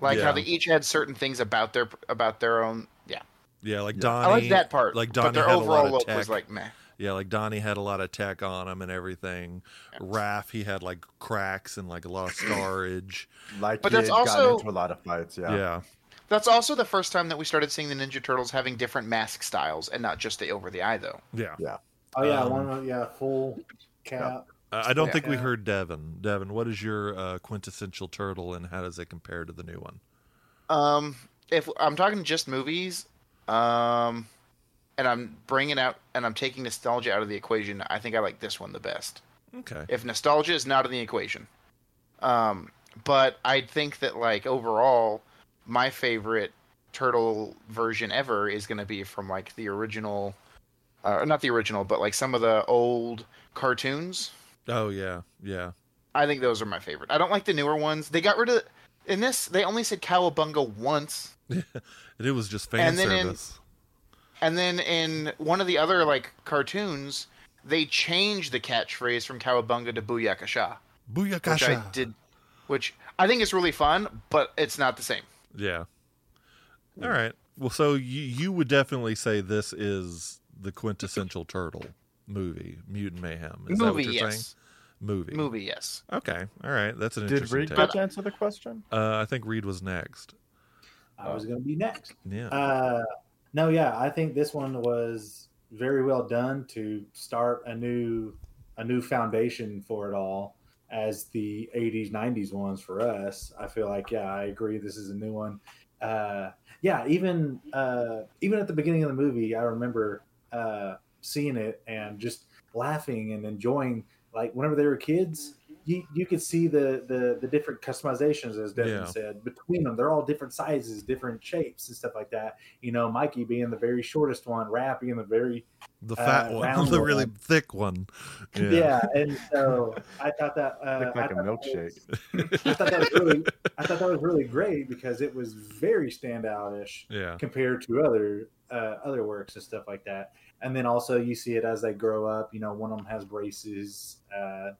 [SPEAKER 4] Like
[SPEAKER 2] Yeah.
[SPEAKER 4] how they each had certain things about their about their own. Yeah,
[SPEAKER 2] Yeah, like Donnie.
[SPEAKER 4] I like that part.
[SPEAKER 2] Like Donnie
[SPEAKER 4] but their
[SPEAKER 2] had a lot
[SPEAKER 4] overall
[SPEAKER 2] of
[SPEAKER 4] look
[SPEAKER 2] tech.
[SPEAKER 4] was like meh.
[SPEAKER 2] yeah, like Donnie had a lot of tech on him and everything. Raph, he had like cracks and like a lot of scarage.
[SPEAKER 1] Like,
[SPEAKER 4] But
[SPEAKER 1] he
[SPEAKER 4] that's
[SPEAKER 1] had gotten
[SPEAKER 4] also-
[SPEAKER 1] into a lot of fights. Yeah.
[SPEAKER 2] yeah,
[SPEAKER 4] That's also the first time that we started seeing the Ninja Turtles having different mask styles and not just the over the eye though.
[SPEAKER 2] yeah.
[SPEAKER 1] Yeah.
[SPEAKER 5] Oh yeah,
[SPEAKER 2] Um,
[SPEAKER 5] one yeah, full cap.
[SPEAKER 2] I I don't
[SPEAKER 4] Yeah.
[SPEAKER 2] think we
[SPEAKER 5] Yeah.
[SPEAKER 2] heard Devin. Devin, what is your uh, quintessential turtle, and how does it compare to the new one?
[SPEAKER 4] Um, if I'm talking just movies, um, and I'm bringing out and I'm taking nostalgia out of the equation, I think I like this one the best.
[SPEAKER 2] Okay.
[SPEAKER 4] If nostalgia is not in the equation, um, but I think that like overall, my favorite turtle version ever is going to be from like the original, uh, not the original, but like some of the old cartoons.
[SPEAKER 2] Oh yeah, yeah.
[SPEAKER 4] I think those are my favorite. I don't like the newer ones. They got rid of in this. They only said Cowabunga once.
[SPEAKER 2] It was just fan
[SPEAKER 4] And then in-
[SPEAKER 2] service.
[SPEAKER 4] And then in one of the other like cartoons, they changed the catchphrase from Cowabunga to Booyakasha, which
[SPEAKER 2] Booyakasha.
[SPEAKER 4] I did, which I think is really fun, but it's not the same.
[SPEAKER 2] Yeah. All right. Well, so you you would definitely say this is the quintessential turtle movie, Mutant Mayhem. Is that what
[SPEAKER 4] movie,
[SPEAKER 2] you're saying?
[SPEAKER 4] yes.
[SPEAKER 2] Movie.
[SPEAKER 4] Movie, yes.
[SPEAKER 2] Okay. All right. That's an
[SPEAKER 1] Did
[SPEAKER 2] interesting
[SPEAKER 1] Reed
[SPEAKER 2] take.
[SPEAKER 1] get to answer the question?
[SPEAKER 2] Uh, I think Reed was next. Oh.
[SPEAKER 5] I was going to be next.
[SPEAKER 2] Yeah.
[SPEAKER 5] Uh, no, yeah, I think this one was very well done to start a new a new foundation for it all as the 80s 90s ones for us i feel like yeah i agree this is a new one uh yeah even uh even at the beginning of the movie i remember uh seeing it and just laughing and enjoying like whenever they were kids you you could see the the the different customizations as devin
[SPEAKER 2] Yeah.
[SPEAKER 5] said between them they're all different sizes different shapes and stuff like that you know mikey being the very shortest one rap being the very
[SPEAKER 2] the
[SPEAKER 5] uh,
[SPEAKER 2] fat one,
[SPEAKER 5] round
[SPEAKER 2] the really
[SPEAKER 5] one.
[SPEAKER 2] thick one.
[SPEAKER 5] yeah, and so i thought that uh,
[SPEAKER 1] Looked like
[SPEAKER 5] I
[SPEAKER 1] a
[SPEAKER 5] thought that
[SPEAKER 1] milkshake.
[SPEAKER 5] was- I thought that was really, I thought that was really great because it was very standout-ish
[SPEAKER 2] Yeah.
[SPEAKER 5] compared to other uh, other works and stuff like that. And then also you see it as they grow up. You know, one of them has braces. Uh,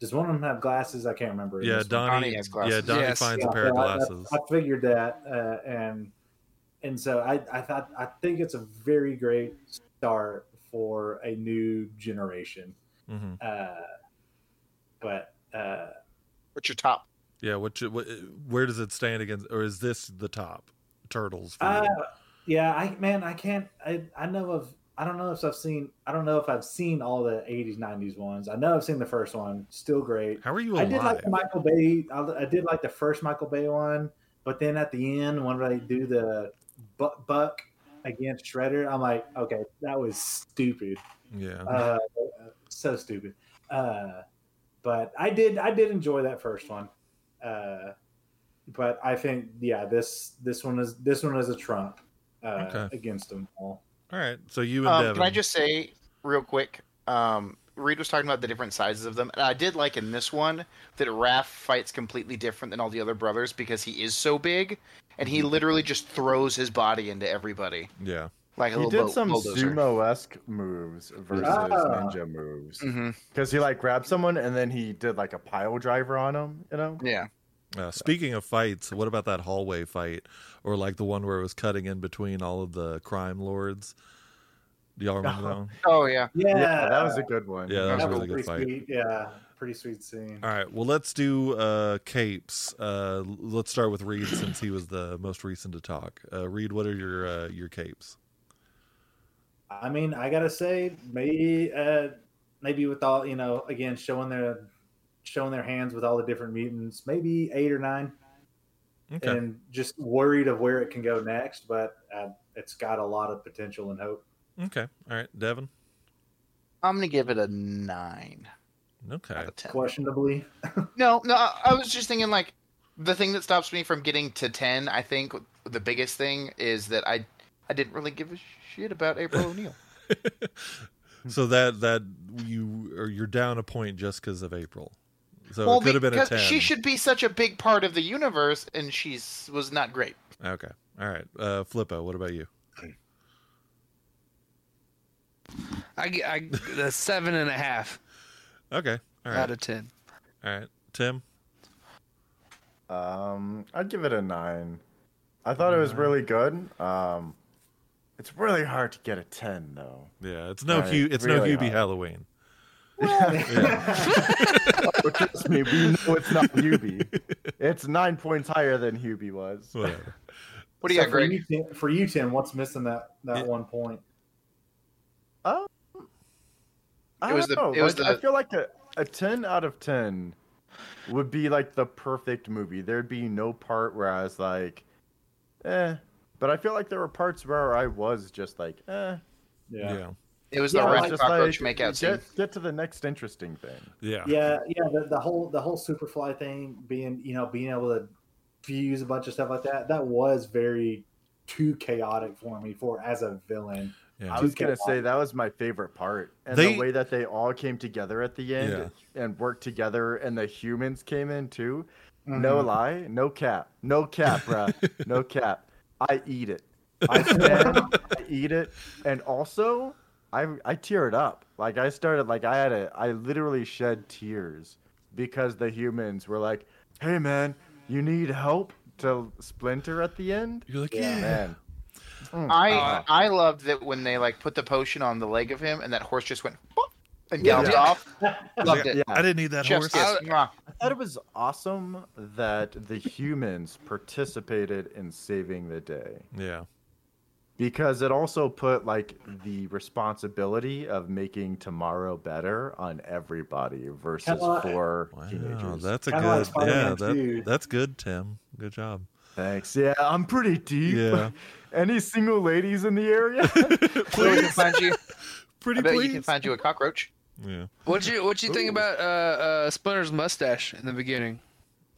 [SPEAKER 5] does one of them have glasses? I can't remember.
[SPEAKER 2] Yeah,
[SPEAKER 5] This one.
[SPEAKER 2] Donnie.
[SPEAKER 4] Donnie has glasses.
[SPEAKER 2] yeah, Donnie
[SPEAKER 3] Yes.
[SPEAKER 2] finds a
[SPEAKER 5] Yeah,
[SPEAKER 2] pair of
[SPEAKER 5] yeah, I-
[SPEAKER 2] glasses.
[SPEAKER 5] I, I figured that, uh, and and so I, I thought I think it's a very great start for a new generation.
[SPEAKER 2] hmm
[SPEAKER 5] Uh, but uh,
[SPEAKER 4] What's your top?
[SPEAKER 2] Yeah. What, you- what? Where does it stand against? Or is this the top turtles? For
[SPEAKER 5] Uh,
[SPEAKER 2] you?
[SPEAKER 5] yeah, I man, I can't. I I know of. I don't know if I've seen. I don't know if I've seen all the '80s, '90s ones. I know I've seen the first one. Still great.
[SPEAKER 2] How are you
[SPEAKER 5] I
[SPEAKER 2] alive?
[SPEAKER 5] did like the Michael Bay. I, I did like the first Michael Bay one, but then at the end, when they do the buck, buck against Shredder, I'm like, okay, that was stupid.
[SPEAKER 2] yeah.
[SPEAKER 5] Uh, so stupid. Uh, but I did. I did enjoy that first one. Uh, but I think, yeah, this this one is this one is a trump uh,
[SPEAKER 2] Okay.
[SPEAKER 5] against them all.
[SPEAKER 2] All right. So you and
[SPEAKER 4] Um,
[SPEAKER 2] Devin.
[SPEAKER 4] can I just say real quick? Um, Reed was talking about the different sizes of them, and I did like in this one that Raph fights completely different than all the other brothers because he is so big, and
[SPEAKER 1] Mm-hmm.
[SPEAKER 4] he literally just throws his body into everybody
[SPEAKER 2] Yeah.
[SPEAKER 4] like a
[SPEAKER 1] He
[SPEAKER 4] little
[SPEAKER 1] did
[SPEAKER 4] bull-
[SPEAKER 1] some
[SPEAKER 4] bulldozer.
[SPEAKER 1] sumo esque moves versus
[SPEAKER 5] Ah.
[SPEAKER 1] ninja moves.
[SPEAKER 4] hmm
[SPEAKER 1] Because he like grabbed someone and then he did like a pile driver on him, you know?
[SPEAKER 4] Yeah,
[SPEAKER 2] Uh, speaking of fights, what about that hallway fight, or like the one where it was cutting in between all of the crime lords? Do y'all remember that one?
[SPEAKER 4] Oh yeah.
[SPEAKER 5] Yeah,
[SPEAKER 1] that was a good one.
[SPEAKER 2] Yeah, that was really good
[SPEAKER 5] pretty
[SPEAKER 2] fight.
[SPEAKER 5] sweet. Yeah, pretty sweet scene.
[SPEAKER 2] All right. Well, let's do uh, capes. Uh, l- let's start with Reed since he was the most recent to talk. Uh, Reed, what are your uh, your capes?
[SPEAKER 5] I mean, I gotta say, maybe uh, maybe with all you know, again, showing their showing their hands with all the different mutants, maybe eight or nine,
[SPEAKER 2] Okay.
[SPEAKER 5] and just worried of where it can go next. But uh, it's got a lot of potential and hope.
[SPEAKER 2] Okay. All right, Devin.
[SPEAKER 4] I'm gonna give it a nine
[SPEAKER 2] Okay.
[SPEAKER 4] out of ten.
[SPEAKER 5] Questionably,
[SPEAKER 4] No, no, I- I was just thinking like the thing that stops me from getting to ten. I think the biggest thing is that I I didn't really give a shit about April O'Neil. hmm.
[SPEAKER 2] so that that you or you're down a point just because of April. So
[SPEAKER 4] well,
[SPEAKER 2] it could have been a
[SPEAKER 4] because
[SPEAKER 2] ten.
[SPEAKER 4] she should be such a big part of the universe, and she's was not great.
[SPEAKER 2] Okay. All right. Uh, Flippo, what about you?
[SPEAKER 3] I, g- I g- a seven and a half
[SPEAKER 2] Okay. All
[SPEAKER 3] out
[SPEAKER 2] right.
[SPEAKER 3] of ten.
[SPEAKER 2] All right. Tim.
[SPEAKER 1] Um, I'd give it a nine. I thought it was really good. Um, it's really hard to get a ten though.
[SPEAKER 2] Yeah, it's no
[SPEAKER 1] Right,
[SPEAKER 2] Hugh. It's
[SPEAKER 1] really
[SPEAKER 2] no Hubie
[SPEAKER 1] hard.
[SPEAKER 2] Halloween.
[SPEAKER 1] But trust me, we know it's not Hubie. It's nine points higher than Hubie was.
[SPEAKER 2] Whatever.
[SPEAKER 4] What do you
[SPEAKER 5] So
[SPEAKER 4] got,
[SPEAKER 5] for
[SPEAKER 4] Greg?
[SPEAKER 5] you, Tim, for you, Tim, what's missing that that
[SPEAKER 2] Yeah.
[SPEAKER 5] one point?
[SPEAKER 1] I
[SPEAKER 4] It was
[SPEAKER 1] don't
[SPEAKER 4] the-
[SPEAKER 1] know,
[SPEAKER 4] it was
[SPEAKER 1] like,
[SPEAKER 4] the-
[SPEAKER 1] I feel like a, a ten out of ten would be like the perfect movie. There'd be no part where I was like, eh. But I feel like there were parts where I was just like, eh.
[SPEAKER 5] Yeah.
[SPEAKER 2] yeah.
[SPEAKER 4] It was
[SPEAKER 1] Yeah,
[SPEAKER 4] the
[SPEAKER 1] I was
[SPEAKER 4] rat
[SPEAKER 1] just
[SPEAKER 4] cockroach
[SPEAKER 1] like,
[SPEAKER 4] makeout scene.
[SPEAKER 1] get, get to the next interesting thing.
[SPEAKER 2] Yeah.
[SPEAKER 5] yeah yeah the, the whole the whole superfly thing being you know being able to fuse a bunch of stuff like that that was very too chaotic for me for as a villain
[SPEAKER 2] Yeah.
[SPEAKER 1] I was gonna
[SPEAKER 5] Toothpaste.
[SPEAKER 1] say that was my favorite part, and
[SPEAKER 2] They-
[SPEAKER 1] the way that they all came together at the end and worked together, and the humans came in too.
[SPEAKER 2] Mm-hmm.
[SPEAKER 1] No lie, no cap, no cap, bruh, no cap. I eat it. I stand, I eat it, and also I I teared up. Like I started, like I had a, I literally shed tears because the humans were like, "Hey man, you need help to splinter at the end."
[SPEAKER 2] You're like, yeah.
[SPEAKER 5] Yeah.
[SPEAKER 1] Man,
[SPEAKER 4] I
[SPEAKER 3] Uh.
[SPEAKER 4] I loved that when they like put the potion on the leg of him and that horse just went "Boop," and
[SPEAKER 3] Yeah.
[SPEAKER 4] galloped
[SPEAKER 3] Yeah.
[SPEAKER 4] off.
[SPEAKER 3] Loved it.
[SPEAKER 2] I didn't need that
[SPEAKER 4] Chef's
[SPEAKER 2] horse.
[SPEAKER 4] kiss. Mwah.
[SPEAKER 1] I thought it was awesome that the humans participated in saving the day
[SPEAKER 2] Yeah.
[SPEAKER 1] because it also put like the responsibility of making tomorrow better on everybody versus
[SPEAKER 5] Kinda-
[SPEAKER 1] four
[SPEAKER 2] Wow,
[SPEAKER 1] teenagers.
[SPEAKER 2] that's a
[SPEAKER 5] Kinda like
[SPEAKER 2] good. Yeah,
[SPEAKER 5] Spider-Man 2.
[SPEAKER 2] that, that's good, Tim. Good job.
[SPEAKER 1] Thanks. Yeah, I'm pretty deep.
[SPEAKER 2] Yeah.
[SPEAKER 1] Any single ladies in the area?
[SPEAKER 4] I bet we can find you. I
[SPEAKER 2] Pretty
[SPEAKER 4] bet you
[SPEAKER 2] please.
[SPEAKER 4] can find you a cockroach.
[SPEAKER 2] yeah.
[SPEAKER 3] What you what you think
[SPEAKER 1] Ooh.
[SPEAKER 3] about uh, uh, Splinter's mustache in the beginning?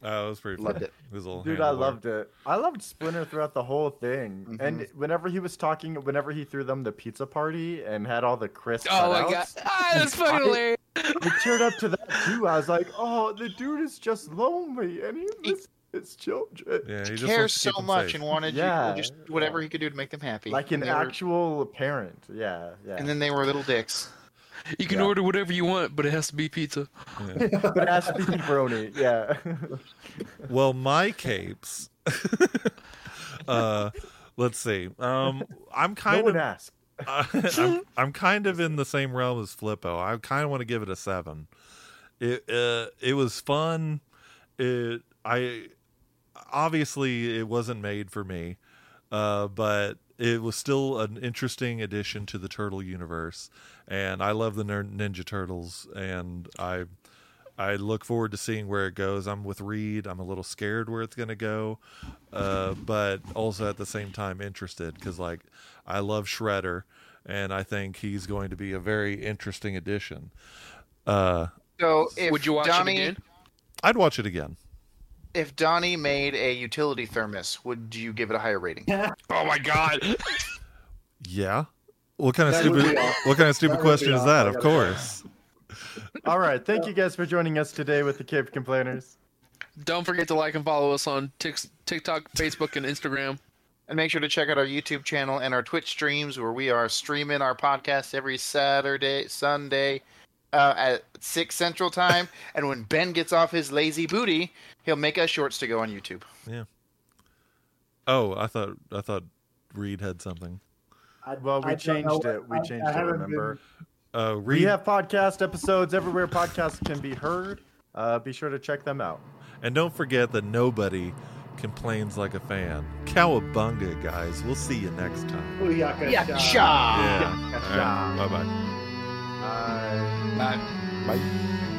[SPEAKER 2] Oh, it was pretty.
[SPEAKER 4] Loved
[SPEAKER 2] fun.
[SPEAKER 4] it.
[SPEAKER 2] was all
[SPEAKER 1] Dude, I
[SPEAKER 2] handlebar.
[SPEAKER 1] loved it. I loved Splinter throughout the whole thing.
[SPEAKER 3] Mm-hmm.
[SPEAKER 1] And whenever he was talking, whenever he threw them the pizza party and had all the crisp
[SPEAKER 3] Oh my god,
[SPEAKER 1] cutouts,
[SPEAKER 3] ah, that's fucking hilarious.
[SPEAKER 1] I cheered up to that too. I was like, oh, the dude is just lonely and he misses his children.
[SPEAKER 2] Yeah, he
[SPEAKER 4] He
[SPEAKER 2] just
[SPEAKER 4] cares
[SPEAKER 2] wants to
[SPEAKER 4] so
[SPEAKER 2] keep 'em
[SPEAKER 4] much
[SPEAKER 2] safe.
[SPEAKER 4] and wanted you
[SPEAKER 1] Yeah.
[SPEAKER 4] to just whatever he could do to make them happy.
[SPEAKER 1] Like an
[SPEAKER 4] And they were-
[SPEAKER 1] actual parent. Yeah, yeah.
[SPEAKER 4] And then they were little dicks.
[SPEAKER 3] You can
[SPEAKER 1] Yeah.
[SPEAKER 3] order whatever you want, but it has to be pizza.
[SPEAKER 2] Yeah.
[SPEAKER 1] but it has to be pepperoni. Yeah.
[SPEAKER 2] Well, my capes. uh, let's see. Um, I'm
[SPEAKER 1] no
[SPEAKER 2] kind
[SPEAKER 1] one
[SPEAKER 2] of
[SPEAKER 1] asked.
[SPEAKER 2] I'm, I'm kind of in the same realm as Flippo. I kind of want to give it a seven. It uh, it was fun. It I obviously it wasn't made for me, uh, but it was still an interesting addition to the turtle universe, and I love the ner- Ninja Turtles, and I I look forward to seeing where it goes. I'm with Reed. I'm a little scared where it's going to go, uh, but also at the same time interested because like I love Shredder, and I think he's going to be a very interesting addition. Uh,
[SPEAKER 4] So if
[SPEAKER 3] Would you watch
[SPEAKER 4] Donnie,
[SPEAKER 3] it again?
[SPEAKER 2] I'd watch it again.
[SPEAKER 4] If Donnie made a utility thermos, would you give it a higher rating?
[SPEAKER 3] Oh my god,
[SPEAKER 2] Yeah. What kind of
[SPEAKER 5] That would
[SPEAKER 2] stupid?
[SPEAKER 5] be awesome.
[SPEAKER 2] What kind of
[SPEAKER 5] That
[SPEAKER 2] stupid
[SPEAKER 5] would be
[SPEAKER 2] question is
[SPEAKER 5] awesome.
[SPEAKER 2] that?
[SPEAKER 5] I
[SPEAKER 2] Of
[SPEAKER 5] gotta
[SPEAKER 2] course.
[SPEAKER 5] say.
[SPEAKER 1] All right. Thank you guys for joining us today with the Cape Complainers.
[SPEAKER 3] don't forget to like and follow us on Tik- TikTok, Facebook, and Instagram.
[SPEAKER 4] And make sure to check out our YouTube channel and our Twitch streams where we are streaming our podcast every Saturday, Sunday uh, at 6 Central Time. and when Ben gets off his lazy booty, he'll make us shorts to go on YouTube.
[SPEAKER 2] Oh, I thought I thought Reed had something.
[SPEAKER 5] I,
[SPEAKER 1] Well, we
[SPEAKER 5] Mm-hmm. I don't know
[SPEAKER 1] changed it. We
[SPEAKER 5] I-
[SPEAKER 1] changed
[SPEAKER 5] I
[SPEAKER 1] it,
[SPEAKER 5] haven't been-
[SPEAKER 1] remember?
[SPEAKER 2] Uh, Reed.
[SPEAKER 1] We have podcast episodes everywhere podcasts can be heard. Uh, be sure to check them out.
[SPEAKER 2] And don't forget that nobody complains like a fan. Cowabunga, guys. We'll see you next time.
[SPEAKER 5] Booyaka shot.
[SPEAKER 4] Shaw.
[SPEAKER 2] Yeah. Bye bye.
[SPEAKER 1] Bye.
[SPEAKER 3] Bye.
[SPEAKER 1] Bye.